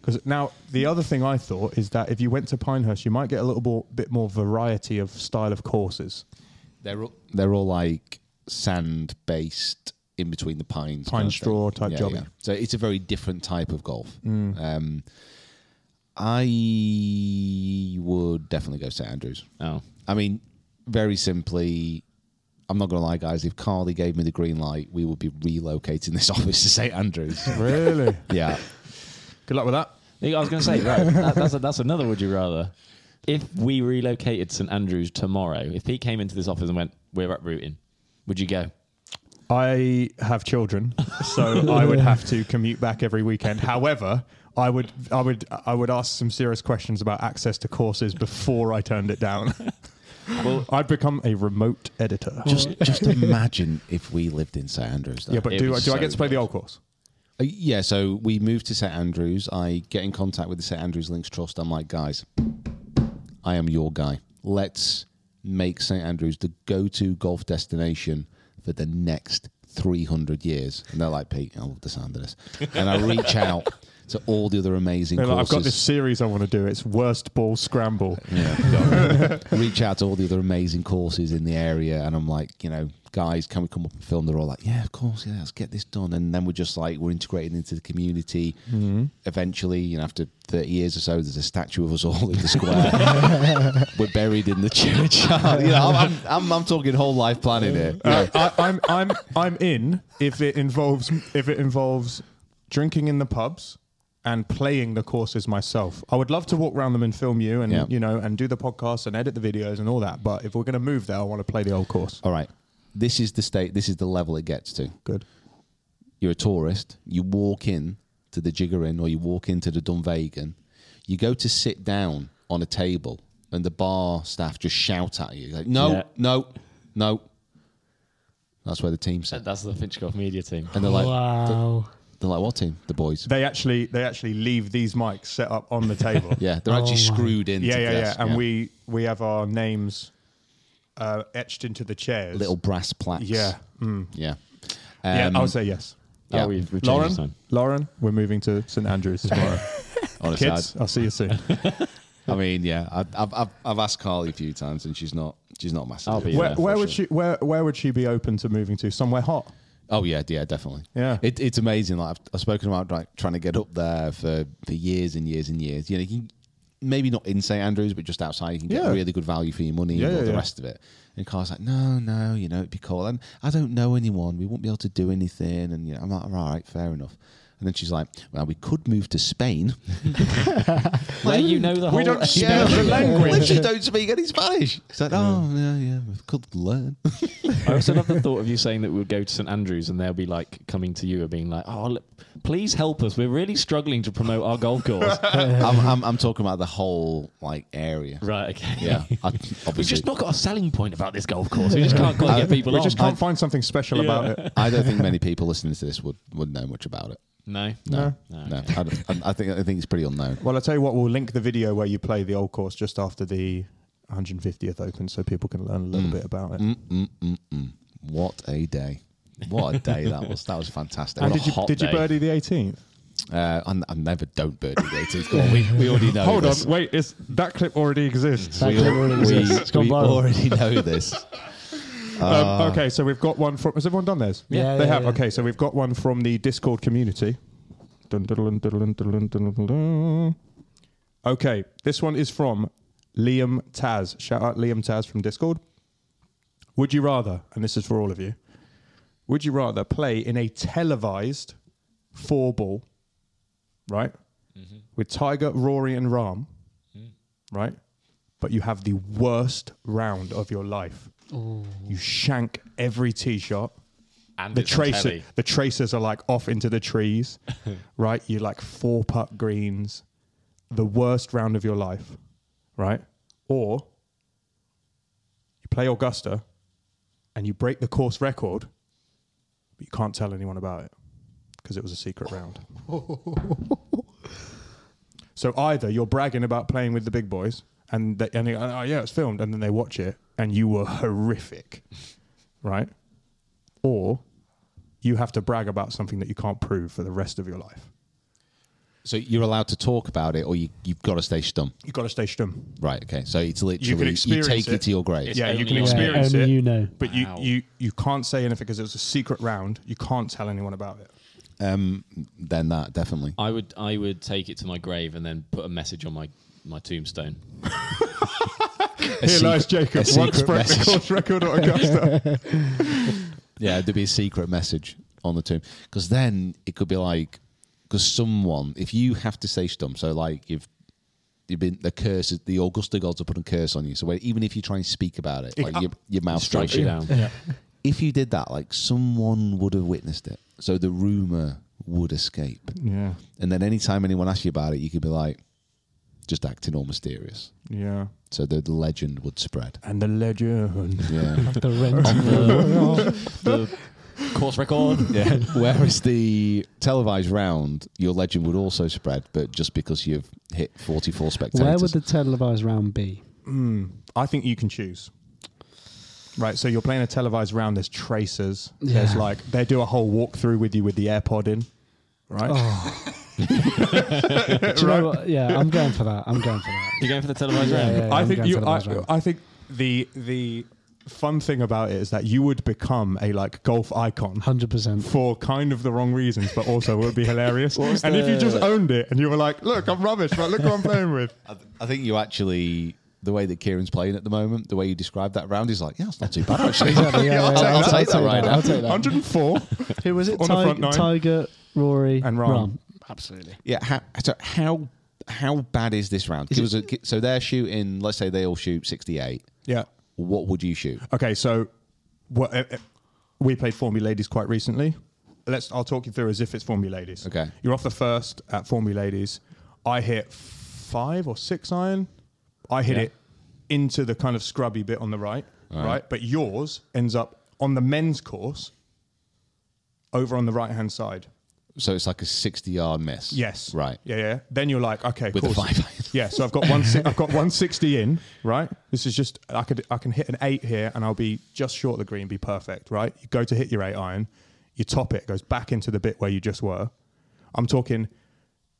S4: Because Mm. now the other thing I thought is that if you went to Pinehurst, you might get a little more, bit more variety of style of courses.
S2: They're all, they're all like sand based in between the pines,
S4: Pine
S2: kind of
S4: straw
S2: thing.
S4: type Mm. jobby.
S2: So it's a very different type of golf. Um, I would definitely go St Andrews.
S1: Oh,
S2: I mean, very simply, I'm not going to lie, guys. If Carly gave me the green light, we would be relocating this office to St Andrews.
S4: Really?
S2: yeah,
S4: Good luck with that.
S1: I was going to say right. That, that's a, that's another. Would you rather? If we relocated St Andrews tomorrow, if Pete came into this office and went, "We're uprooting," would you go?
S4: I have children, so I would have to commute back every weekend. However, I would, I would, I would ask some serious questions about access to courses before I turned it down. I'd become a remote editor.
S2: just just imagine if we lived in St Andrews. Though.
S4: yeah, but
S1: It
S4: do, I- do
S1: was
S4: I get
S1: so
S4: to play the old course?
S2: Uh, yeah, so we moved to St Andrews. I get in contact with the St Andrews Links Trust. I'm like, guys, I am your guy. Let's make St Andrews the go-to golf destination for the next 300 years. And they're like, Pete, I love the sound of this. And I reach out to all the other amazing
S4: They're like, I've
S2: courses.
S4: got this series I want to do. It's worst ball scramble.
S2: Yeah. reach out to all the other amazing courses in the area, and I'm like, you know, guys, can we come up and film? They're all like, yeah, of course, yeah, let's get this done. And then we're just like, we're integrated into the community. Eventually, you know, after 30 years or so, there's a statue of us all in the square. we're buried in the churchyard. You know, I'm, I'm, I'm, I'm talking whole life planning here.
S4: Uh, I, I'm I'm I'm in if it involves if it involves drinking in the pubs and playing the courses myself. I would love to walk around them and film you and
S2: Yeah.
S4: you know and do the podcast and edit the videos and all that. But if we're gonna move there, I want to play the old course.
S2: All right, this is the state. This is the level it gets to.
S4: Good.
S2: you're a tourist, you walk in to the Jigger Inn or you walk into the Dunvegan, you go to sit down on a table and the bar staff just shout at you like, no,
S1: Yeah.
S2: no, no. That's where the team sit.
S1: That's the Finchcock media team.
S2: And they're like,
S3: wow.
S2: they're like, what team? The boys.
S4: They actually they actually leave these mics set up on the table.
S2: yeah, they're actually
S1: Oh
S2: screwed in.
S4: yeah,
S2: to
S4: yeah, yeah.
S2: desk,
S4: And we we have our names uh, etched into the chairs.
S2: little brass plaques.
S4: Yeah. hmm.
S2: yeah.
S4: yeah,
S2: Um,
S4: I would say yes.
S1: Oh,
S2: yeah.
S1: we've, we've changed
S4: Lauren,
S1: the time.
S4: Lauren, we're moving to St Andrews tomorrow.
S2: honestly,
S4: Kids, I'll see you soon.
S2: I, I mean, yeah, I, I've, I've I've asked Carly a few times and she's not she's not massive.
S1: I'll be
S4: where
S1: there
S4: where
S1: for
S4: would she where where would she be open to moving to? Somewhere hot.
S2: Oh yeah, yeah, definitely.
S4: Yeah.
S2: it, it's amazing. Like I've, I've spoken about like, trying to get up there for, for years and years and years. You know, you can, maybe not in St Andrews, but just outside, you can get
S4: Yeah.
S2: really good value for your money
S4: Yeah,
S2: and all
S4: yeah,
S2: the
S4: yeah.
S2: rest of it. And Carl's like, no, no, you know, it'd be cool. And I don't know anyone. We won't be able to do anything. And you know, I'm like, all right, fair enough. And then she's like, well, we could move to Spain.
S1: Where you know the whole.
S4: We don't
S1: you
S4: share
S1: know-
S4: the
S2: Well,
S4: language.
S2: she don't speak any Spanish. She's like, oh, yeah, yeah, we could learn.
S1: I also love the thought of you saying that we'll go to St Andrews and they'll be like coming to you and being like, "Oh, look, please help us. We're really struggling to promote our golf course."
S2: I'm, I'm, I'm talking about the whole like area.
S1: right. Okay.
S2: Yeah, I-
S1: We've
S2: obviously.
S1: just not got a selling point about this golf course. We just can't quite get people
S4: We
S1: on.
S4: just can't find something special about it.
S2: I don't think many people listening to this would, would know much about it.
S1: no.
S2: No,
S1: No.
S2: no,
S1: Okay.
S2: I, don't- I- I think I think it's pretty unknown.
S4: Well, I'll tell you what, we'll link the video where you play the old course just after the 150th Open so people can learn a little bit about it.
S2: What a day! What a day that was. That was fantastic.
S4: And
S2: What a
S4: did you
S2: hot
S4: did you
S2: day.
S4: birdie the 18th?
S2: Uh, I'm- I never don't birdie the 18th hole. We, we already know. this.
S4: wait, is, that clip already exists.
S3: That
S2: We,
S3: clip already
S2: we-
S3: exists. It's gone
S2: we
S3: viral.
S2: already know this.
S4: Um, okay, so we've got one from. Has everyone done theirs?
S3: Yeah. Yeah,
S4: they
S3: yeah,
S4: have.
S3: yeah.
S4: Okay, so we've got one from the Discord community. Dun, dun, dun, dun, dun, dun, dun, dun, dun. Okay, this one is from Liam Taz. Shout out Liam Taz from Discord. Would you rather, and this is for all of you, would you rather play in a televised four ball, right?
S1: Mm-hmm.
S4: With Tiger, Rory, and Rahm,
S1: Mm.
S4: right? But you have the worst round of your life. You shank every tee shot.
S1: And
S4: the
S1: it's on
S4: tracer,
S1: telly.
S4: the tracers are like off into the trees, right? You like four putt greens, the worst round of your life, right? Or you play Augusta and you break the course record, but you can't tell anyone about it because it was a secret round. So either you're bragging about playing with the big boys, and they, and they, oh yeah, it's filmed, and then they watch it, and you were horrific, right? Or you have to brag about something that you can't prove for the rest of your life.
S2: So you're allowed to talk about it, or you you've got to stay stum.
S4: You got to stay stum.
S2: Right. Okay. So it's literally
S4: You can experience
S2: take it. to your grave.
S1: Yeah.
S4: Yeah, you can
S1: only-
S4: experience
S3: only
S4: it.
S3: you know.
S4: but
S1: Wow.
S4: you you you can't say anything because it was a secret round. You can't tell anyone about it.
S2: Um. Then that definitely.
S1: I would. I would take it to my grave and then put a message on my my tombstone.
S2: Here
S4: Jacob.
S2: secret message.
S4: record at Augusta.
S2: Yeah, there'd be a secret message on the tomb because then it could be like because someone if you have to say stum, so like you've you've been the curse is the Augusta gods are putting a curse on you. So where, even if you try and speak about it, like your, your mouth
S1: Strike
S2: strikes
S1: you down.
S2: If you did that, like someone would have witnessed it, so the rumor would escape,
S4: yeah,
S2: and then anytime anyone asks you about it, you could be like, just acting all mysterious.
S4: yeah.
S2: So the the legend would spread.
S4: And the legend.
S2: Yeah.
S3: The rent.
S1: the course record.
S2: Yeah. Whereas the televised round, your legend would also spread, but just because you've hit 44 spectators.
S3: Where would the televised round be?
S4: I think you can choose. Right, so you're playing a televised round. There's tracers. There's like they do a whole walkthrough with you with the AirPod in, right?
S3: Do you know what? Yeah, I'm going for that. I'm going for that.
S1: You're going for the televised
S3: Yeah,
S1: round?
S3: yeah, yeah,
S4: I
S3: I'm
S4: think
S3: going
S4: you.
S3: for the
S4: I,
S3: buzz round.
S4: I think the the fun thing about it is that you would become a like golf icon.
S3: 100%.
S4: For kind of the wrong reasons, but also it would be hilarious. and if you just owned it and you were like, "Look, I'm rubbish, but look who I'm playing with,"
S2: I, th- I think you actually. The way that Kieran's playing at the moment, the way you described that round, is like, yeah, it's not too bad actually.
S3: Exactly, yeah, yeah,
S2: I'll,
S3: yeah,
S2: take, that right now.
S3: I'll take that.
S4: 104
S3: Who was it?
S4: on the
S3: Ti-
S4: front nine.
S3: Tiger, Rory,
S4: And Ron.
S3: Absolutely.
S2: Yeah. How, so how how bad is this round? Give us a, gi- so they're shooting. Let's say they all shoot sixty-eight.
S4: Yeah.
S2: What would you shoot?
S4: Okay, so what, uh, uh, we played Formula Ladies quite recently. Let's. I'll talk you through as if it's Formula Ladies.
S2: Okay.
S4: You're off the first at Formula Ladies. I hit five or six iron. I hit it into the kind of scrubby bit on the right, right, But yours ends up on the men's course, over on the right hand side.
S2: So it's like a sixty-yard miss.
S4: Yes.
S2: Right.
S4: Yeah, yeah. Then you're like, okay,
S2: With
S4: cool.
S2: a five iron.
S4: Yeah. So I've got one. si- I've got one sixty in. Right. This is just I could I can hit an eight here, and I'll be just short of the green, be perfect. Right. You go to hit your eight iron, you top it, goes back into the bit where you just were. I'm talking,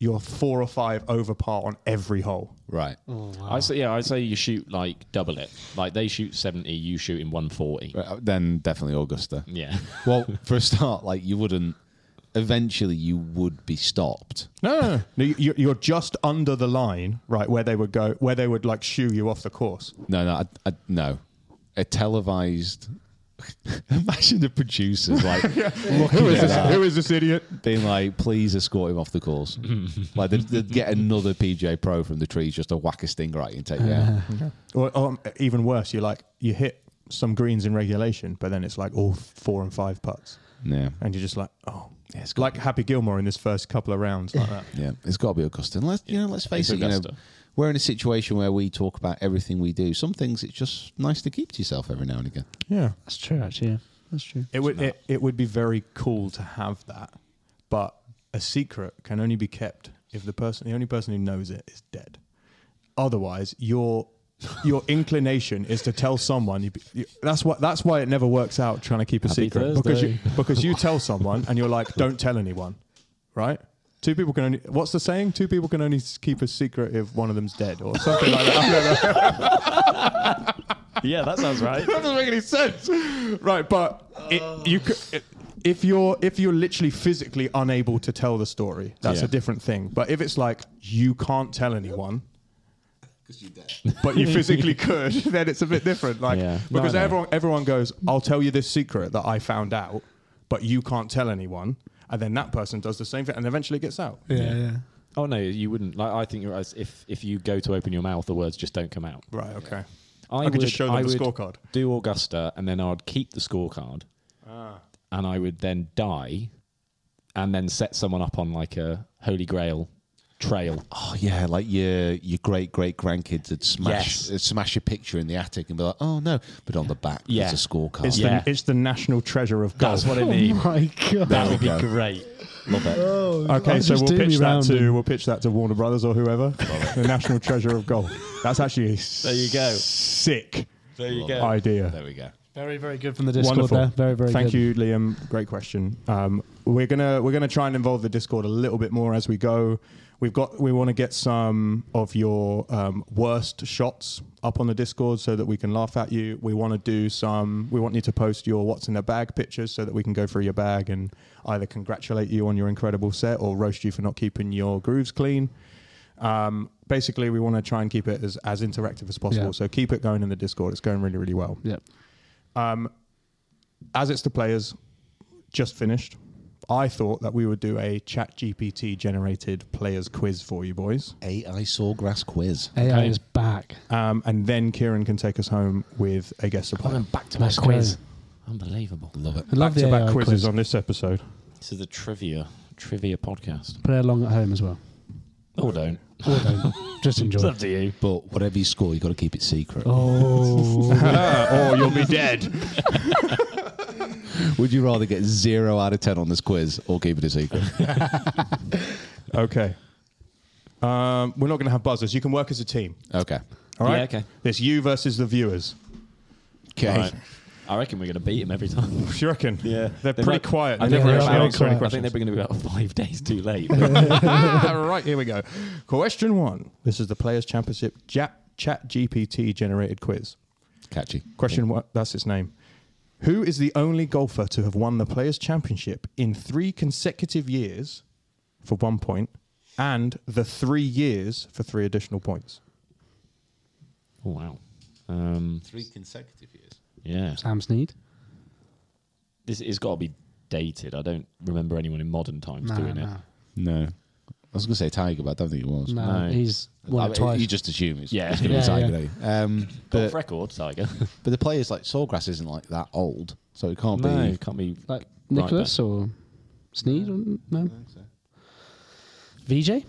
S4: you're four or five over par on every hole.
S2: Right.
S3: Oh,
S1: I say, yeah, I say you shoot like double it. Like they shoot 70, you shoot in 140.
S2: Right, uh, Then definitely Augusta.
S1: Yeah.
S2: Well, for a start, like you wouldn't. Eventually, you would be stopped.
S4: No, no, no. no you- you, you're just under the line, right where they would go, where they would like shoo you off the course.
S2: No, no, I, I, no. A televised. Imagine the producers like looking
S4: Who is
S2: at
S4: this?
S2: that,
S4: Who is this idiot?
S2: being like, "Please escort him off the course." like they'd, they'd get another PJ Pro from the trees just to whack a sting right and take you out.
S4: Or, or um, even worse, you like you hit some greens in regulation, but then it's like all four and five putts,
S2: Yeah,
S4: and you're just like, oh,
S2: Yeah, it's got-
S4: like Happy Gilmore in this first couple of rounds, like that.
S2: yeah. It's got to be Augusta. And let's you know, let's
S1: It's
S2: face it. you know,
S1: Augusta.
S2: we're in a situation where we talk about everything we do. Some things it's just nice to keep to yourself every now and again.
S4: Yeah,
S3: That's true, actually. Yeah. That's true.
S4: it would it, it would be very cool to have that, but a secret can only be kept if the person, the only person who knows it, is dead. Otherwise, your your inclination is to tell someone. You, you, that's what. That's why it never works out trying to keep a
S1: Happy
S4: secret because you because you tell someone and you're like, don't tell anyone, right? Two people can only. What's the saying? Two people can only s- keep a secret if one of them's dead or something like that.
S1: yeah, that sounds right.
S4: that doesn't make any sense, right? But it, you could. It, if you're if you're literally physically unable to tell the story, that's
S1: Yeah.
S4: a different thing. But if it's like you can't tell anyone, but you physically could, then it's a bit different. Like
S1: Yeah.
S4: because
S1: No, no.
S4: everyone everyone goes, I'll tell you this secret that I found out, but you can't tell anyone, and then that person does the same thing, and eventually it gets out.
S3: Yeah, yeah.
S1: Oh, no, you wouldn't. Like, I think you're right. If, if you go to open your mouth, the words just don't come out.
S4: Right. Okay.
S1: I,
S4: could just show them
S1: I
S4: the
S1: would
S4: scorecard.
S1: Do Augusta, and then I'd keep the scorecard, and I would then die, and then set someone up on like a holy grail trail.
S2: Oh yeah, like your your great great grandkids would smash
S1: Yes.
S2: would smash a picture in the attic and be like, "Oh no!" But on the back,
S1: Yeah.
S2: there's a scorecard.
S4: It's
S1: Yeah.
S4: the it's the national treasure of golf.
S1: That's what I need.
S3: Oh My God.
S1: that would be great. Love
S2: Oh,
S1: it.
S4: Okay,
S3: I'll
S4: so
S3: just
S4: we'll
S3: do me
S4: pitch that
S3: round
S4: to
S3: and-
S4: we'll pitch that to Warner Brothers or whoever. the national treasure of golf. That's actually a
S1: There you go.
S4: sick
S1: There you go.
S4: idea.
S2: there we go.
S3: Very, very good from the Discord
S4: Wonderful.
S3: there. Very, very
S4: Thank
S3: good.
S4: you, Liam. Great question. Um, we're gonna we're gonna try and involve the Discord a little bit more as we go. We've got we want to get some of your um, worst shots up on the Discord so that we can laugh at you. We want to do some. We want you to post your what's in the bag pictures so that we can go through your bag and either congratulate you on your incredible set or roast you for not keeping your grooves clean. Um, basically, we want to try and keep it as, as interactive as possible.
S3: Yeah.
S4: So keep it going in the Discord. It's going really, really well
S3: Yep.
S4: as it's the players just finished i thought that we would do a chat gpt generated players quiz for you boys
S2: AI sawgrass quiz.
S3: AI
S1: Okay.
S3: is back.
S4: um, and then kieran can take us home with a guest of player
S1: back to
S3: my Let's quiz.
S1: Unbelievable.
S2: Love it.
S3: I love the
S4: back
S3: AI
S4: quizzes
S3: quiz.
S4: on this episode
S1: This is the trivia trivia podcast.
S3: Play along at home as well.
S1: Or don't.
S3: Or don't. Just enjoy. it.
S1: to you.
S2: But whatever you score, you got to keep it secret.
S3: Oh,
S4: Uh, or you'll be dead
S2: Would you rather get zero out of ten on this quiz or keep it a secret?
S4: okay um, we're not going to have buzzers you can work as a team
S2: okay.
S4: all right
S1: Yeah, okay.
S4: there's you versus the viewers
S2: Okay.
S1: Right. I reckon we're going to beat him every time.
S4: Do you reckon?
S1: Yeah,
S4: they're
S1: They
S4: pretty
S1: might-
S4: quiet.
S1: I
S4: They
S1: think,
S3: Yeah,
S1: they're
S4: never
S3: they are
S1: about,
S4: actually answer any
S3: quiet.
S1: I think
S4: questions.
S1: they're going to be about five days too late.
S4: right, here we go. Question one. This is the Players Championship ja- Chat GPT generated quiz.
S2: Catchy.
S4: Question one. That's its name. Who is the only golfer to have won the Players Championship in three consecutive years for one point and the three years for three additional points?
S1: oh, wow. Um,
S2: Three consecutive years.
S1: yeah.
S3: Sam Snead.
S1: This, it's got to be dated. I don't remember anyone in modern times
S3: No,
S1: doing it.
S3: no,
S2: No. I was going to say Tiger, but I don't think it was.
S3: no,
S1: No.
S3: He's
S2: I
S3: won
S2: mean,
S3: it twice.
S2: You just assume it's,
S1: Yeah.
S2: it's going to
S3: Yeah,
S2: be Tiger.
S3: yeah.
S2: don't you? Um,
S1: Golf
S2: but,
S1: record, Tiger.
S2: but the players like Sawgrass isn't like that old, so it can't
S1: no,
S2: be.
S1: can't be.
S3: like
S1: Right
S3: Nicholas or Sneed? Or, no. VJ?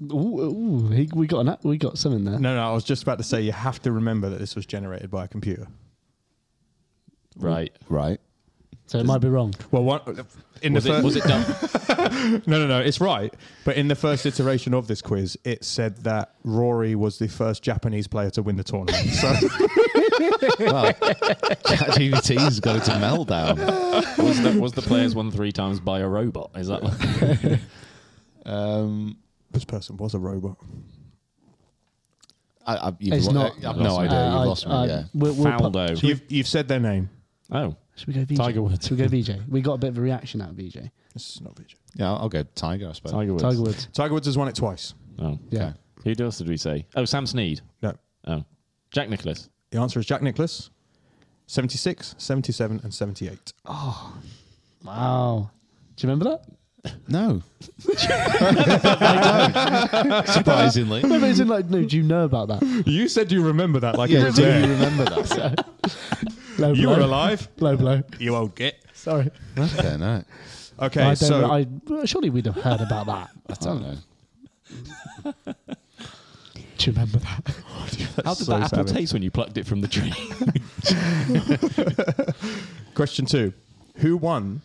S3: Ooh, ooh he, we got an, we got something there.
S4: No, no, I was just about to say you have to remember that this was generated by a computer.
S1: Right.
S2: Right.
S3: So it might be wrong.
S4: Well, one, in
S1: Was
S4: the
S1: it,
S4: fir-
S1: was it done?
S4: No, no, no. It's right. But in the first iteration of this quiz, it said that Rory was the first Japanese player to win the tournament. So
S2: Well, ChatGPT's got it to meltdown.
S1: was, the, was the players won three times by a robot? Is that like,
S2: Um,
S4: this person was a robot.
S2: I, I, you've
S3: It's
S2: lo-
S3: not-
S2: I have no idea.
S3: Uh,
S2: You've
S3: I-
S2: lost me.
S3: I-
S2: yeah.
S3: we'll- we'll pop-
S1: Faldo?
S4: You've, you've said their name.
S1: oh,
S3: Should we go VJ?
S1: Tiger Woods.
S3: Should we go VJ? We got a bit of a reaction out of VJ.
S4: This is not VJ.
S2: Yeah, I'll go Tiger, I suppose.
S1: Tiger Woods.
S3: Tiger Woods.
S4: Tiger Woods has won it twice.
S1: Oh.
S3: Yeah.
S1: Who else did we say? Oh, Sam Sneed.
S4: No.
S1: Oh, Jack Nicholas.
S4: The answer is Jack Nicklaus, 76, 77, and 78.
S3: Wow. Do you remember that?
S2: No. I don't. Surprisingly.
S3: No, but it's in like, no, do you know about that?
S4: You said you remember that like it
S2: Yeah,
S4: was
S2: do you
S4: there.
S2: remember that?
S3: Low
S4: You
S3: blow.
S4: were alive.
S3: Low blow.
S4: You old git.
S3: Sorry.
S2: okay, no.
S4: Okay,
S3: I don't
S4: so
S3: know. I, surely we'd have heard about that.
S2: I
S1: Oh.
S2: don't know.
S3: Do you remember that?
S1: How did
S4: so
S1: that apple
S4: savage.
S1: taste when you plucked it from the tree?
S4: question two. Who won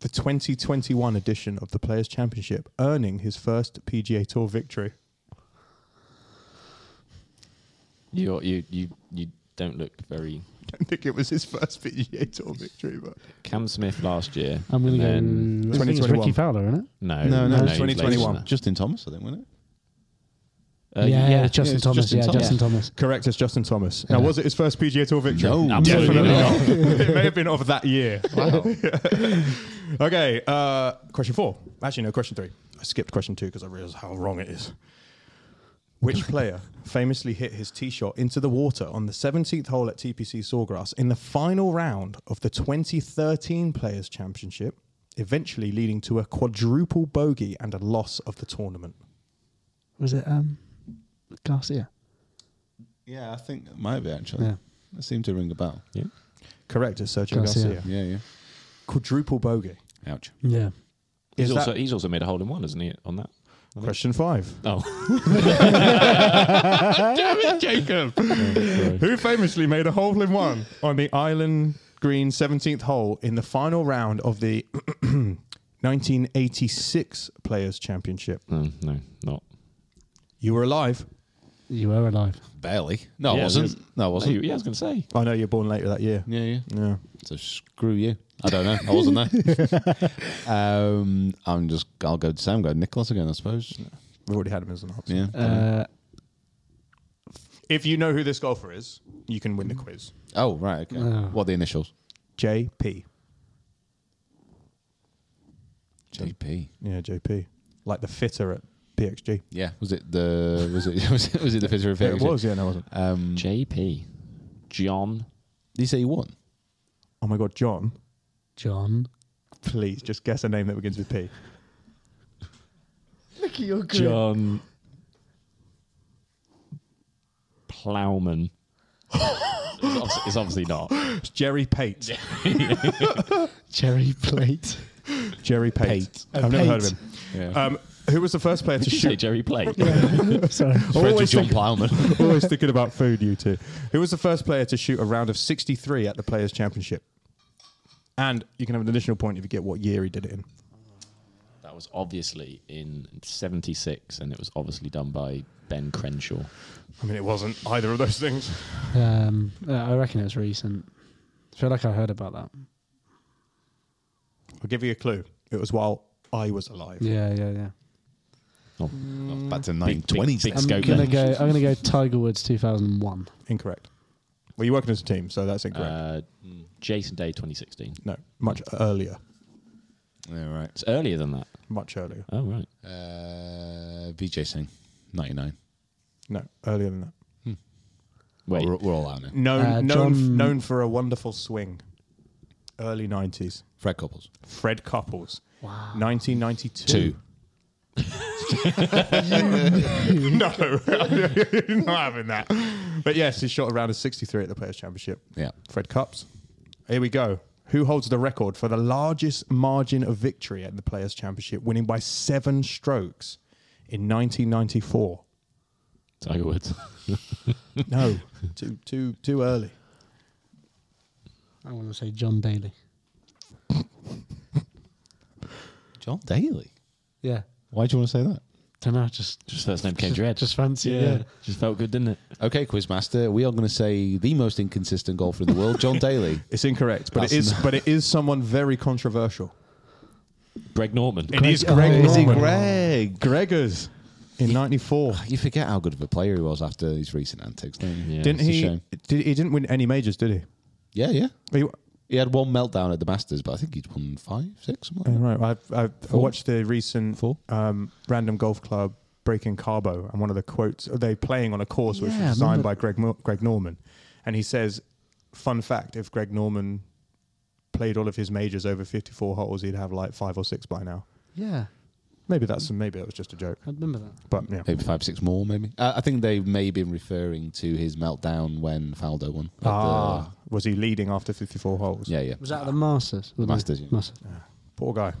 S4: the 2021 edition of the Players' Championship, earning his first PGA Tour victory?
S1: you, you, you, you don't look very.
S4: I don't think it was his first PGA Tour victory, but
S1: Cam Smith last year.
S3: I'm going
S1: and
S3: to go. I
S1: then-
S3: think it's
S4: 2021.
S3: Ricky Fowler, isn't it?
S1: No,
S2: No, no, it's
S1: he was later than
S4: 2021.
S1: that.
S2: Justin Thomas, I think, wasn't it?
S1: Uh,
S3: yeah,
S1: yeah.
S3: Justin
S2: it's
S3: Thomas.
S2: Justin
S3: yeah,
S2: Thomas.
S3: Justin Thomas.
S4: Correct, it's Justin Thomas. Now, was it his first PGA Tour victory?
S2: No.
S1: Absolutely
S4: Definitely
S1: not.
S4: not. it may have been of that year. okay, uh, question four. Actually, no, question three. I skipped question two because I realized how wrong it is. Which player famously hit his tee shot into the water on the 17th hole at TPC Sawgrass in the final round of the 2013 Players' Championship, eventually leading to a quadruple bogey and a loss of the tournament?
S3: Was it um, Garcia?
S2: Yeah, I think it might be, actually.
S3: Yeah.
S2: That seemed to ring a bell.
S1: Yeah.
S4: Correct, it's Sergio
S3: Garcia.
S4: Garcia.
S2: Yeah, yeah.
S4: Quadruple bogey.
S2: Ouch.
S3: Yeah.
S1: He's,
S4: Is that-
S1: also, he's also made a hole in one, hasn't he, on that?
S4: Question five.
S1: Oh,
S4: Jacob, who famously made a hole in one on the Island Green 17th hole in the final round of the 1986 Players Championship.
S1: no, Mm, no, not.
S4: You were alive.
S3: You were alive.
S2: Barely. No,
S1: Yeah,
S2: I
S1: there's-
S2: wasn't. No, I wasn't.
S1: yeah, I was going to say.
S4: I know you're born later that year.
S2: Yeah, yeah.
S4: Yeah.
S2: So screw you. I don't know. I wasn't there. um, I'm just. I'll go to Sam. Go Nicholas again, I suppose.
S4: We've already had him as an answer.
S2: Yeah.
S3: Uh,
S4: If you know who this golfer is, you can win the quiz.
S2: oh right. Okay. What are the initials?
S4: JP.
S2: JP.
S4: Yeah, JP. Like the fitter at PXG.
S2: Yeah. Was it the? Was it? Was it? Was it the visitor of
S4: It was, yeah, no, it wasn't.
S2: Um, did
S1: JP. Mm. John.
S2: you say you won?
S4: Oh my God, John,
S3: John.
S4: please just guess a name that begins with P.
S3: Look at your
S1: John. Plowman. it's, obviously, it's obviously not.
S4: It's Jerry Pate.
S3: Cherry plate.
S4: Jerry Pate. I've never heard of him. Um, who was the first player to
S1: Did you say
S4: shoot?
S1: Jerry Plate?
S3: Sorry.
S2: Always
S4: Always
S2: John
S4: think-
S2: Plowman.
S4: Always thinking about food, you two. Who was the first player to shoot a round of 63 at the Players' Championship? And you can have an additional point if you get what year he did it in.
S1: That was obviously in 76 and it was obviously done by Ben Crenshaw.
S4: I mean, it wasn't either of those things.
S3: Um, uh, I reckon it was recent. I feel like I heard about that.
S4: I'll give you a clue. It was while I was alive.
S3: Yeah, yeah, yeah.
S1: Oh,
S4: Mm.
S2: Back to
S1: big-
S2: 1920s.
S1: big-
S2: then.
S3: I'm
S1: go
S3: gonna
S1: then.
S3: go. I'm gonna go Tiger Woods 2001.
S4: Incorrect. Well, you're working as a team, so that's incorrect.
S1: uh, Jason Day 2016.
S4: no, much earlier.
S2: Yeah, right.
S1: It's earlier than that.
S4: Much earlier.
S1: Oh, right.
S2: Uh, Vijay Singh, 99.
S4: No, earlier than that.
S1: Wait.
S2: We're, we're all out now.
S4: Known,
S3: Uh,
S4: known,
S3: John-
S4: known for a wonderful swing. Early 90s.
S2: Fred Couples.
S4: Fred Couples. Wow. 1992.
S2: Two.
S4: no, not having that. But yes, he shot a round of 63 at the Players' Championship.
S2: Yeah.
S4: Fred Cups. Here we go. Who holds the record for the largest margin of victory at the Players' Championship, winning by seven strokes in 1994?
S1: Tiger Woods.
S4: No, too too too early.
S3: I want to say John Daly.
S2: John Daly.
S3: Yeah.
S2: Why do you want to say that?
S3: Don't know. Just
S1: Just first name came to your head.
S3: just fancy. it, yeah.
S1: Just felt good, didn't it?
S2: Okay, Quizmaster, we are going to say the most inconsistent golfer in the world, John Daly.
S4: It's incorrect, but
S2: That's
S4: it is but it is someone very controversial.
S1: Greg Norman.
S4: It is Greg.
S3: Greg-
S2: Is it
S4: Norman.
S2: Greg?
S4: Gregors in '94.
S2: Oh, You forget how good of a player he was after his recent antics, don't you?
S1: Yeah.
S4: Didn't
S2: it's a
S4: he?
S2: shame.
S4: Did, he didn't win any majors, did he?
S2: Yeah, yeah.
S4: He-
S2: He had one meltdown at the Masters, but I think he'd won five, six, something
S4: oh,
S2: like that.
S4: right. I've, I've, I
S2: Four.
S4: watched the recent
S2: Four.
S4: um, random golf club breaking Carbo, and one of the quotes are they playing on a course which
S2: Yeah, I
S4: was designed
S2: remember.
S4: by Greg Mo- Greg Norman, and he says, "Fun fact: if Greg Norman played all of his majors over 54 holes, he'd have like five or six by now."
S3: Yeah.
S4: Maybe that's maybe that was just a joke,
S3: I remember that.
S4: but yeah.
S2: Maybe five, six more, maybe. Uh, I think they may have been referring to his meltdown when Faldo won. at the-
S4: Ah, was he leading after 54 holes?
S2: yeah, yeah.
S3: Was that the Masters? The
S2: Masters, yeah.
S3: Masters.
S4: Poor guy.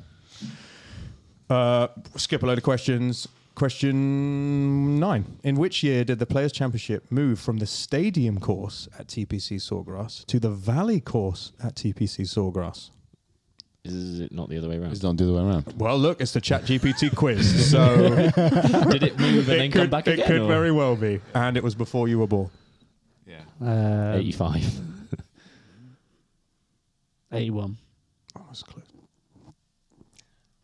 S4: Uh, skip a load of questions. Question nine. In which year did the Players' Championship move from the stadium course at TPC Sawgrass to the valley course at TPC Sawgrass?
S1: Is it not the other way around?
S2: It's not the other way around.
S4: Well, look, it's the ChatGPT quiz, so
S1: Did it move and then
S4: it
S1: come
S4: could,
S1: back
S4: it
S1: again?
S4: could
S1: or-
S4: very well be. And it was before you were born.
S3: Uh,
S1: 85.
S3: 81.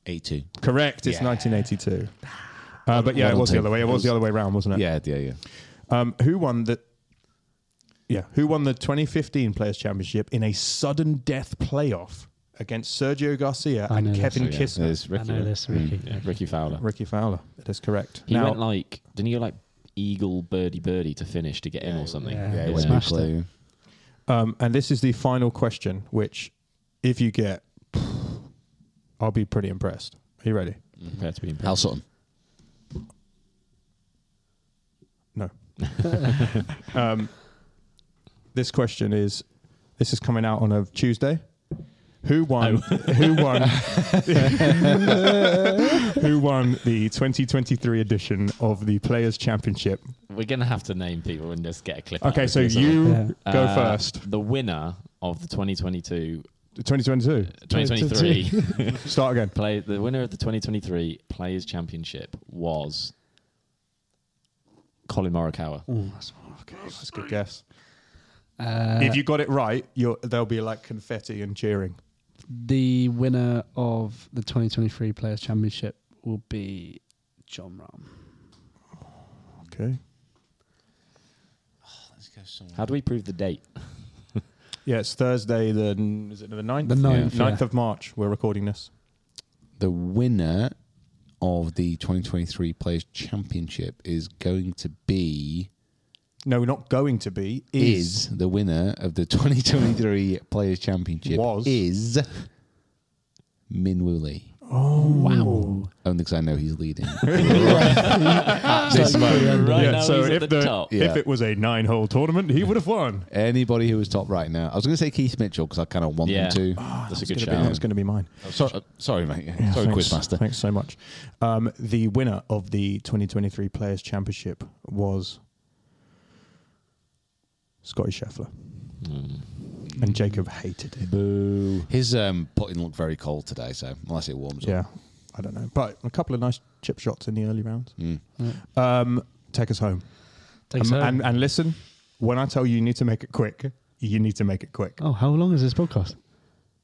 S2: A2.
S4: Correct. It's 1982. Uh, but yeah, it was the other way. It was the other way around, wasn't it?
S2: Yeah, yeah, yeah.
S4: Um, who won the? Yeah, who won the 2015 Players Championship in a sudden death playoff against Sergio Garcia
S3: I
S4: and
S3: know
S4: Kevin
S3: this.
S4: Kisner?
S2: It's
S3: I
S2: Ricky. Mm.
S3: know this, Ricky.
S1: Yeah, Ricky Fowler.
S4: Ricky Fowler. That is correct.
S1: He
S4: now,
S1: went like, didn't he go like eagle, birdie, birdie to finish to get in or something?
S3: yeah. Yeah,
S2: Yeah,
S3: he
S2: it
S3: went
S2: went
S3: Smashed
S2: big
S3: it.
S2: play.
S4: um, and this is the final question, which, if you get, I'll be pretty impressed. Are you ready?
S1: Prepare to be impressed.
S2: Hal Sutton.
S4: No. um, this question is this is coming out on a Tuesday. Who won?
S3: Oh.
S4: Who won? who won the 2023 edition of the Players Championship?
S1: We're going to have to name people and just get a clip. out
S4: Okay,
S1: of
S4: so
S1: it or something.
S4: you
S3: Yeah.
S4: go
S1: Uh,
S4: first.
S1: The winner of the 2022,
S4: 2022.
S1: 2023,
S4: Start again.
S1: play, the winner of the 2023 Players' Championship was Colin Morikawa.
S3: Oh, that's okay.
S4: That's a good guess.
S3: Uh,
S4: if you got it right, you're, there'll be like confetti and cheering.
S3: the winner of the 2023 Players Championship will be John Rahm.
S4: Okay.
S1: How do we prove the date?
S4: Yeah, it's Thursday. The is it the 9th?
S3: The ninth, yeah.
S4: 9th of March. We're recording this.
S2: The winner of the 2023 Players Championship is going to be
S4: No, we're not going to be. Is,
S2: is the winner of the 2023 Players Championship
S4: Was.
S2: is Minwoo Lee. Oh wow! Only because I know he's leading. This moment.
S1: Right
S4: Yeah,
S1: now
S4: so
S1: he's
S4: if
S1: at the,
S4: the-
S1: top.
S2: Yeah.
S4: If it was a nine-hole tournament, he would have won.
S2: Anybody who was top right now, I was going to say Keith Mitchell because I kind of want
S1: Yeah.
S2: them to.
S1: that's, a good
S4: Gonna be-
S1: shout.
S4: That's going to be mine.
S2: So- uh, sorry, mate. Yeah,
S4: Ah, Yeah,
S2: sorry,
S4: thanks.
S2: Quizmaster.
S4: Thanks so much. Um, the winner of the 2023 Players Championship was Scotty Scheffler,
S1: Hmm.
S4: and Jacob hated it.
S2: His um, putting looked very cold today, so unless it warms up,
S4: Yeah, I don't know, but a couple of nice chip shots in the early rounds.
S1: Hmm.
S4: Um, take us home.
S3: Take us
S4: Um,
S3: home.
S4: And, and listen, when I tell you you need to make it quick, you need to make it quick.
S3: Oh, how long is this podcast?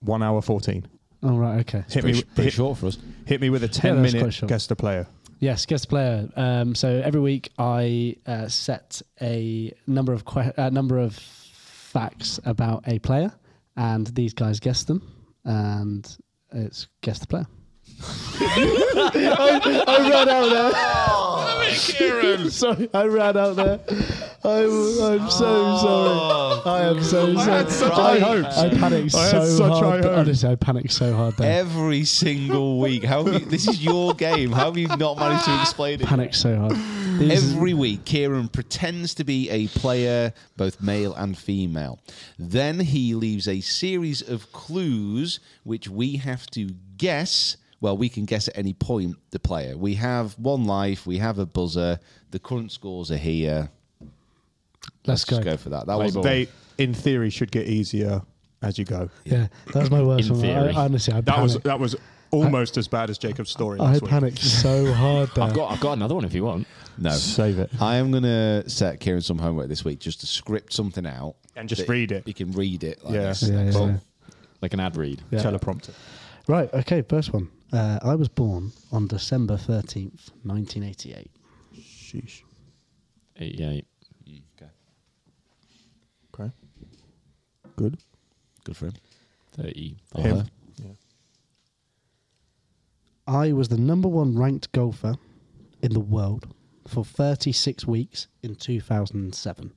S4: One hour fourteen.
S3: Oh, right, okay.
S4: Hit
S2: Pretty,
S4: me,
S2: pretty
S4: hit,
S2: short for us.
S4: hit me with a ten
S3: that's quite
S4: minute
S3: short.
S4: guest a player.
S3: Yes, guest player. Um, so every week I uh, set a number of que- uh, number of facts about a player, and these guys guess them, and it's guess the player. I, I ran out there. sorry, I ran out there. I, am so sorry. I am so sorry. I
S4: had such high hopes.
S3: I panicked
S4: I
S3: so
S4: had such high
S3: hard.
S4: hopes.
S3: Honestly, I panicked so hard there.
S2: Every single week. How have you, this is your game. How have you not managed to explain it?
S3: panicked so hard. These-
S2: Every week, Kieran pretends to be a player, both male and female. Then he leaves a series of clues which we have to guess. Well, we can guess at any point the player. We have one life, we have a buzzer, the current scores are here.
S3: Let's go.
S2: Just go for that. That was
S4: They, in theory, should get easier as you go.
S3: Yeah, that was my worst
S1: In
S3: one. I,
S1: theory.
S3: honestly, I
S4: That was
S3: panicked.
S4: that was almost as bad as Jacob's story.
S3: I
S4: last week.
S3: panicked so hard there.
S1: I've got I've got another one if you want.
S2: no.
S4: Save it.
S2: I am going to set Kieran some homework this week just to script something out.
S4: And just
S2: that
S4: read it.
S2: He can read it. Like
S4: Yeah.
S2: this.
S3: Yeah, yeah, yeah.
S1: Like an ad read.
S3: Yeah.
S4: Teleprompter.
S3: Right, okay, first one. Uh, I was born on December 13th, 1988.
S4: Sheesh.
S1: Yeah.
S4: Okay. Good.
S2: Good for him.
S1: 30.
S4: Him.
S1: Him.
S3: I was the number one ranked golfer in the world for 36 weeks in 2007.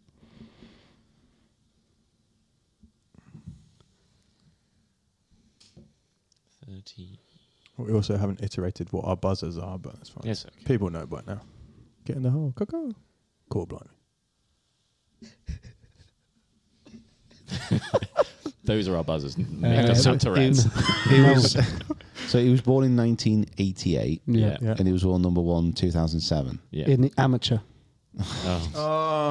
S4: We also haven't iterated what our buzzers are, but that's fine.
S1: Yes, okay.
S4: People know by now. Get in the hole. Coco. Cool, blimey.
S1: Those are our buzzers.
S3: Uh,
S1: Make us sound Tourette's.
S2: He was, so he was born in 1988.
S3: Yeah.
S4: Yeah.
S2: And he was world number one 2007.
S1: Yeah.
S3: In the amateur.
S1: Oh.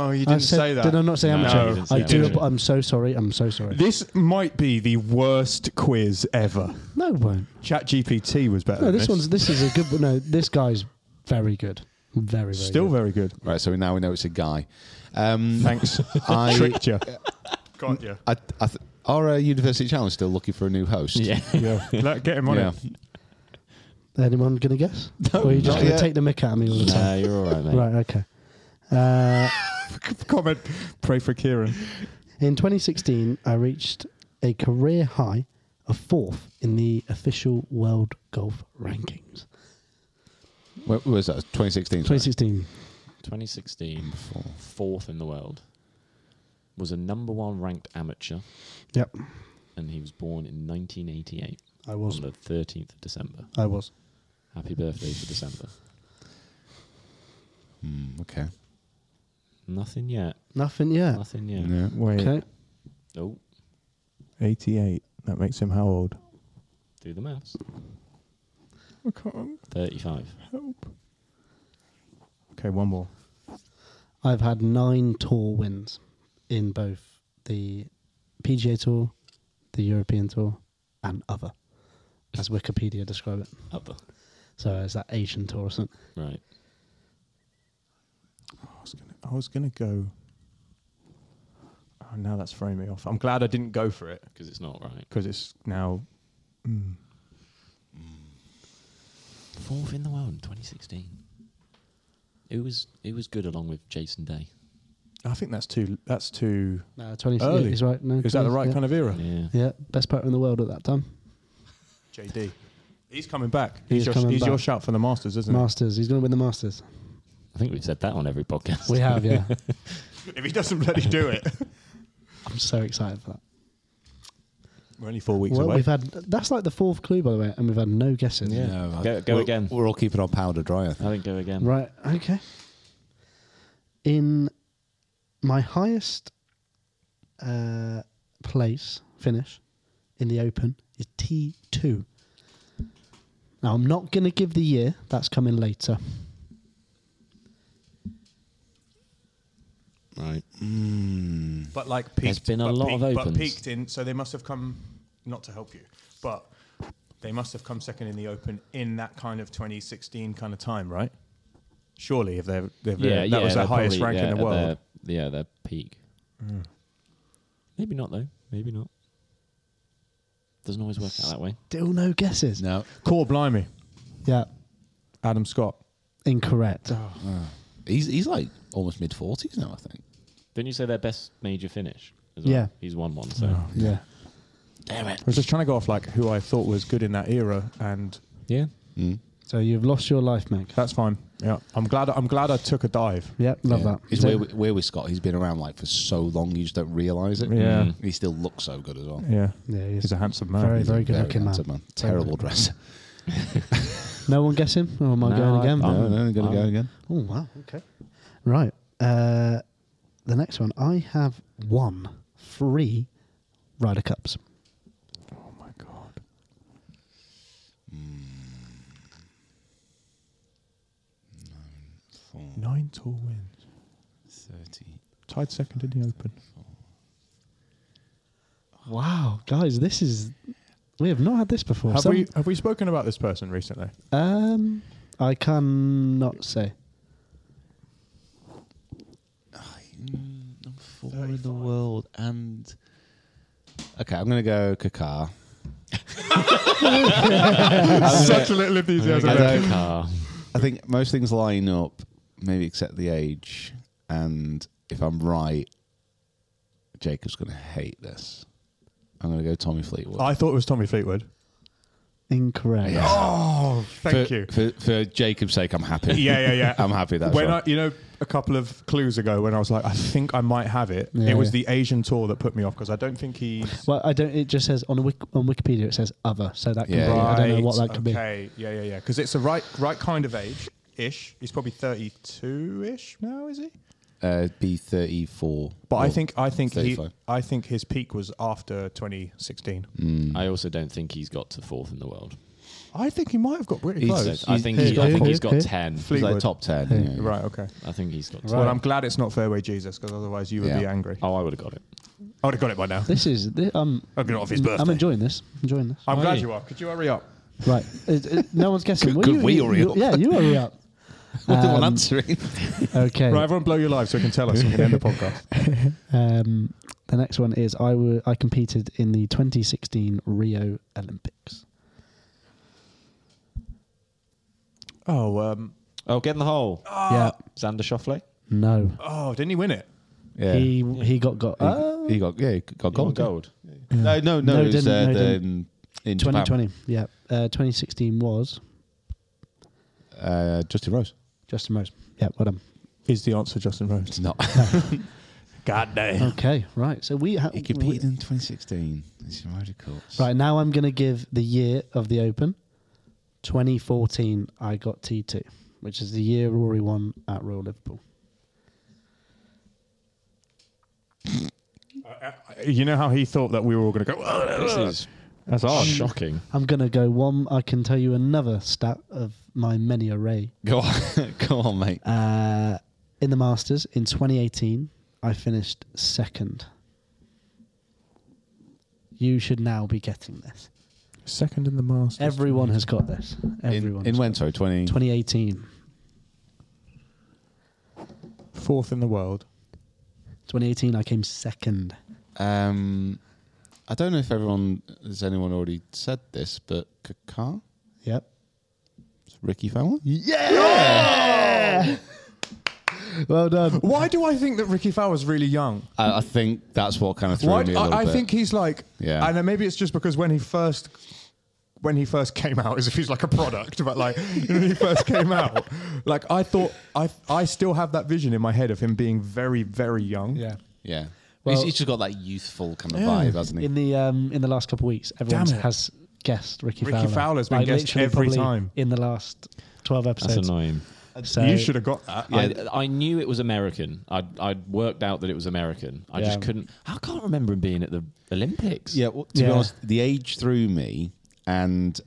S4: Oh, you
S3: I said- Did I not say
S1: No,
S3: amateur?
S1: you didn't say
S3: I do.
S1: amateur.
S3: I'm so sorry. I'm so sorry.
S4: This might be the worst quiz ever.
S3: no, it won't.
S4: Chat GPT was better.
S3: No,
S4: than
S3: this one's. This is a good. one. No, this guy's very good. Very, very
S4: still
S3: good.
S4: very good.
S2: Right, so now we know it's a guy. Um,
S4: Thanks.
S2: I-
S4: Tricked you. Got you.
S2: I, I th- are uh, University Challenge still looking for a new host?
S1: Yeah.
S4: Yeah. Let- get him on
S2: Yeah.
S4: it.
S3: Anyone gonna guess? or are you just
S2: not
S3: gonna
S2: yet.
S3: take the mick out of me all the time?
S1: No, you're all right, mate.
S3: Right. Okay. Uh,
S4: Comment. Pray for Kieran.
S3: in 2016, I reached a career high of fourth in the official world golf rankings.
S2: Where, where was that? 2016. sorry.
S3: 2016.
S1: 2016, fourth in the world, was a number one ranked amateur,
S3: Yep.
S1: and he was born in 1988
S3: I was.
S1: on the 13th of December.
S3: I was.
S1: Happy birthday for December.
S2: Hmm, okay.
S1: Nothing yet.
S3: Nothing yet.
S1: Nothing yet.
S2: Yeah.
S4: Wait.
S3: Okay.
S1: Oh,
S4: 88. That makes him how old?
S1: do the maths.
S4: I can't
S1: 35.
S4: help. Okay, one more.
S3: I've had nine tour wins in both the PGA Tour, the European Tour, and other, as Wikipedia describe it.
S1: Other.
S3: So is that Asian tour or something?
S1: Right.
S4: I was gonna. I was gonna go. Oh, now that's throwing me off. I'm glad I didn't go for it
S1: Because it's not right.
S4: because it's now.
S1: Fourth in the world in 2016. It was it was good along with Jason Day.
S4: I think that's too. That's too
S3: No, 20,
S4: early.
S3: Is, right, no,
S4: is that the
S3: 20
S4: right
S3: yeah.
S4: kind of era?
S1: Yeah.
S3: Yeah, best player in the world at that time.
S4: JD. He's coming back.
S3: He
S4: He's,
S3: is
S4: your,
S3: coming
S4: he's your
S3: back.
S4: shout for the Masters, isn't
S3: Masters. He's going to win the Masters.
S1: I think we've said that on every podcast.
S3: We have, yeah.
S4: it? If he doesn't bloody do it,
S3: I'm so excited for that.
S4: we're only four weeks
S3: Well,
S4: away.
S3: we've had that's like the fourth clue, by the way, and we've had no guesses.
S2: No, I-
S1: Go- go
S2: we're-
S1: again.
S2: We're all keeping our powder dry, I
S1: I
S2: think.
S1: think go again.
S3: Right. Okay. In my highest uh, place finish in the Open is T two. Now I'm not going to give the year. That's coming later.
S1: Right.
S4: but like, peaked,
S1: been a
S4: but
S1: lot of
S4: peaked, But
S1: opens.
S4: peaked in, so they must have come not to help you, but they must have come second in the Open in that kind of 2016 kind of time, right? Surely, if they're, if
S1: yeah,
S4: they're- that
S1: yeah,
S4: was their
S1: they're
S4: highest
S1: probably-
S4: rank
S1: yeah,
S4: in the
S1: at
S4: world. Mm.
S1: Their, yeah, their peak. Maybe not though. Maybe not. Doesn't always work out that way.
S3: Still no guesses.
S2: No,
S4: Cor Blimey,
S3: Yeah.
S4: Adam Scott.
S3: Incorrect.
S2: he's he's like almost mid forties now. I think.
S1: Didn't you say their best major finish? As well?
S3: Yeah.
S1: he's won one. So
S3: Yeah.
S2: Damn it.
S4: I was just trying to go off like who I thought was good in that era, and
S1: yeah,
S3: So you've lost your life, Meg.
S4: that's fine. Yeah, I'm glad. I'm glad I took a dive.
S3: Yep, love that.
S2: It's weird, with- weird with Scott. He's been around like for so long, you just don't realise it. Mm.
S4: Yeah.
S2: He still looks so good as well.
S4: Yeah,
S3: Yeah, he is.
S4: he's a handsome man.
S3: Very,
S4: He's
S3: very
S4: a-
S3: good looking man.
S2: handsome Terrible dresser.
S3: No one guessing? Or am I
S1: No,
S3: going
S1: I-
S3: again?
S1: I'm-
S2: No, no, gotta go again.
S3: Oh wow, okay. Right. Uh, the next one. I have won three Ryder Cups.
S4: Oh my god.
S2: Hmm.
S4: Nine tour wins,
S2: Thirty.
S4: tied second in the Open.
S3: Wow, Oh, guys, this is we have not had this before.
S4: Have
S3: Some-
S4: we have we spoken about this person recently?
S3: Um, I cannot say.
S2: Number four in the world and. Okay, I'm gonna go Kakar.
S4: Such a little enthusiasm.
S2: I
S4: there.
S2: don't- I think most things line up, maybe except the age. And if I'm right, Jacob's going to hate this. I'm going to go Tommy Fleetwood.
S4: I thought it was Tommy Fleetwood.
S3: Incorrect.
S4: Oh, thank
S2: for,
S4: you.
S2: For, for Jacob's sake, I'm happy.
S4: Yeah, yeah, yeah.
S2: I'm happy that's
S4: when
S2: right.
S4: I, you know, a couple of clues ago, when I was like, I think I might have it.
S3: Yeah,
S4: it was
S3: yeah.
S4: the Asian tour that put me off because I don't think he.
S3: Well, I don't. It just says on Wik- on Wikipedia it says other, so that can
S2: Yeah,
S3: be.
S2: yeah.
S3: I don't know what that
S4: Right,
S3: could
S4: Okay, yeah, yeah, yeah. Because it's the right, right kind of age ish. He's probably thirty-two-ish now, is he?
S2: Uh, B34.
S4: But I
S2: Or
S4: think, I think he,
S2: 35.
S4: I think his peak was after 2016.
S1: I also don't think he's got to fourth in the world.
S4: I think he might have got really
S2: He's-
S4: close.
S1: I think,
S3: who-
S1: he, I
S3: who-
S1: think he's
S3: who-
S1: got
S3: who?
S1: ten.
S2: He's
S4: Fleetwood.
S2: like top 10. yeah.
S4: Right. Okay.
S1: I think he's got. 10.
S4: Well, I'm glad it's not fairway Jesus because otherwise you would
S2: Yeah.
S4: be angry.
S1: Oh, I would have got it.
S4: I would have got it by now.
S3: be. This is. This, um,
S4: I'll get it off his birthday.
S3: I'm enjoying this. Enjoying this.
S4: I'm glad
S1: Aye.
S4: you are. Could you hurry up?
S3: Right. It- it- no one's guessing.
S2: Could-
S3: Were
S2: could
S3: you-
S2: we
S3: you-
S2: hurry
S3: you-
S2: up?
S3: Yeah, you hurry up.
S2: What the one
S3: Um,
S2: answering?
S3: Okay.
S4: Right, everyone, blow your lives so you can tell us. We can end the podcast.
S3: Um, the next one is I wa- I competed in the 2016 Rio Olympics.
S4: Oh, um, ah.
S1: Oh, get in the hole,
S3: yeah.
S1: Xander Schauffele.
S3: No.
S4: oh, didn't he win it?
S2: yeah. He,
S3: He he got got. Uh,
S2: he got, yeah, he got gold. didn't he?
S1: gold.
S2: No, no, no.
S3: No,
S2: it was,
S3: didn't,
S2: uh,
S3: no,
S2: the,
S3: didn't.
S2: in Japan.
S3: 2020. Yeah. Uh, 2016 was
S2: Uh, Justin Rose.
S3: Justin Rose. Yeah. Well done.
S4: Is the answer Justin Rose?
S2: It's not.
S4: God damn.
S3: Okay. Right. So we ha-
S2: he
S3: we-
S2: competed in 2016. It's radical.
S3: Right now, I'm going to give the year of the Open. 2014, I got T2, which is the year Rory won at Royal Liverpool.
S4: Uh, You know how he thought that we were all going to go.
S1: This is
S4: That's odd.
S1: shocking.
S3: I'm going to go one. I can tell you another stat of my many array.
S2: Go on. go on, mate.
S3: Uh, in the Masters in 2018, I finished second. You should now be getting this.
S4: Second in the Masters.
S3: Everyone has got this. Everyone.
S2: In, in
S3: has
S2: when, sorry, 20.
S3: got- 2018,
S4: Fourth in the world.
S3: 2018, I came second.
S2: Um, I don't know if everyone has anyone already said this, but Kakar,
S3: Yep.
S2: Ricky Fowler.
S3: Well done.
S4: Why do I think that Ricky Fowler's really young?
S2: I, I think that's what kind of threw
S4: Why,
S2: me a little
S4: I, I
S2: bit.
S4: think he's like.
S2: Yeah.
S4: And then maybe it's just because when he first. When he first came out, as if he's like a product, but like when he first came out, like I thought, I I still have that vision in my head of him being very, very young.
S3: Yeah.
S2: yeah,
S3: Well-
S2: he's, he's just got that youthful kind of
S4: Yeah.
S2: vibe, hasn't he?
S3: In the um, in the last couple of weeks, everyone
S4: Damn it.
S3: has guessed Ricky,
S4: Ricky
S3: Fowler.
S4: Fowler's been guessed
S3: literally
S4: every
S3: probably
S4: time.
S3: in the last twelve
S1: That's
S3: episodes.
S1: annoying.
S3: So
S4: you should have got that.
S1: I, I knew it was American. I'd, I'd worked out that it was American. I just
S3: Yeah.
S1: couldn't. I can't remember him being at the Olympics.
S2: yeah, well, to
S3: Yeah.
S2: be honest, the age threw me, and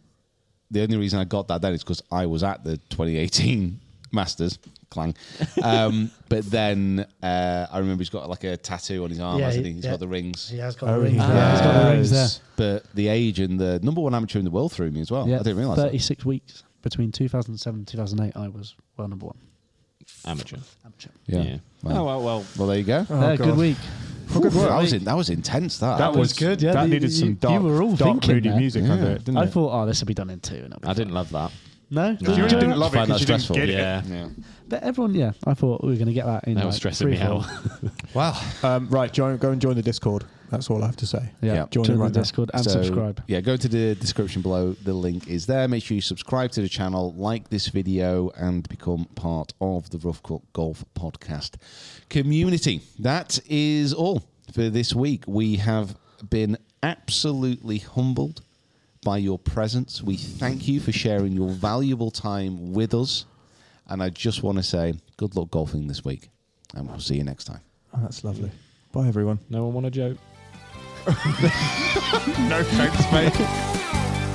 S2: the only reason I got that then is because I was at the 2018 Masters, clang. Um, but then uh, I remember he's got like a tattoo on his arm,
S3: Yeah,
S2: hasn't
S3: he-
S2: he? He's
S3: yeah.
S2: got the rings.
S3: He has got
S4: Oh,
S3: the rings.
S4: he
S3: there. He's got the rings there.
S4: has.
S2: But the age and the number one amateur in the world threw me as well.
S3: Yeah,
S2: I didn't realise that.
S3: 36 weeks between 2007 and 2008, I was well number one.
S7: Amateur.
S3: Amateur.
S2: Yeah. Wow.
S7: Oh well, well.
S2: Well, there you go.
S3: Yeah,
S4: God.
S3: Oh, good week.
S2: that, was in, that was intense, that.
S4: That was
S3: was good, yeah.
S4: That
S3: You-
S4: needed
S3: you-
S4: some
S3: you
S4: dark,
S3: were all
S4: dark
S3: thinking
S4: moody
S3: that.
S4: music under it, didn't
S3: I
S4: it?
S3: thought, oh, this will be done in two. And it'll be
S7: I didn't love that.
S3: No,
S7: No.
S3: Did you enjoy
S4: didn't
S3: it?
S4: love it
S7: Find that
S4: 'cause you didn't
S7: stressful.
S4: get it.
S7: yeah.
S2: Yeah.
S3: But everyone, yeah, I thought we were going to get that in.
S7: That
S3: like,
S7: was stressing me
S3: three, four
S7: out.
S3: months.
S2: Wow.
S4: Um, right, join, go and join the Discord. That's all I have to say.
S3: Yeah,
S2: Yeah.
S3: join
S4: Join it
S3: the
S4: right now.
S3: Discord and
S2: So,
S3: subscribe.
S2: Yeah, go to the description below. The link is there. Make sure you subscribe to the channel, like this video, and become part of the Rough Cut Golf Podcast community. That is all for this week. We have been absolutely humbled by your presence. We thank you for sharing your valuable time with us. And I just want to say good luck golfing this week, and we'll see you next time.
S4: Oh, that's lovely. Bye, everyone.
S7: No one want a joke.
S4: No thanks, mate.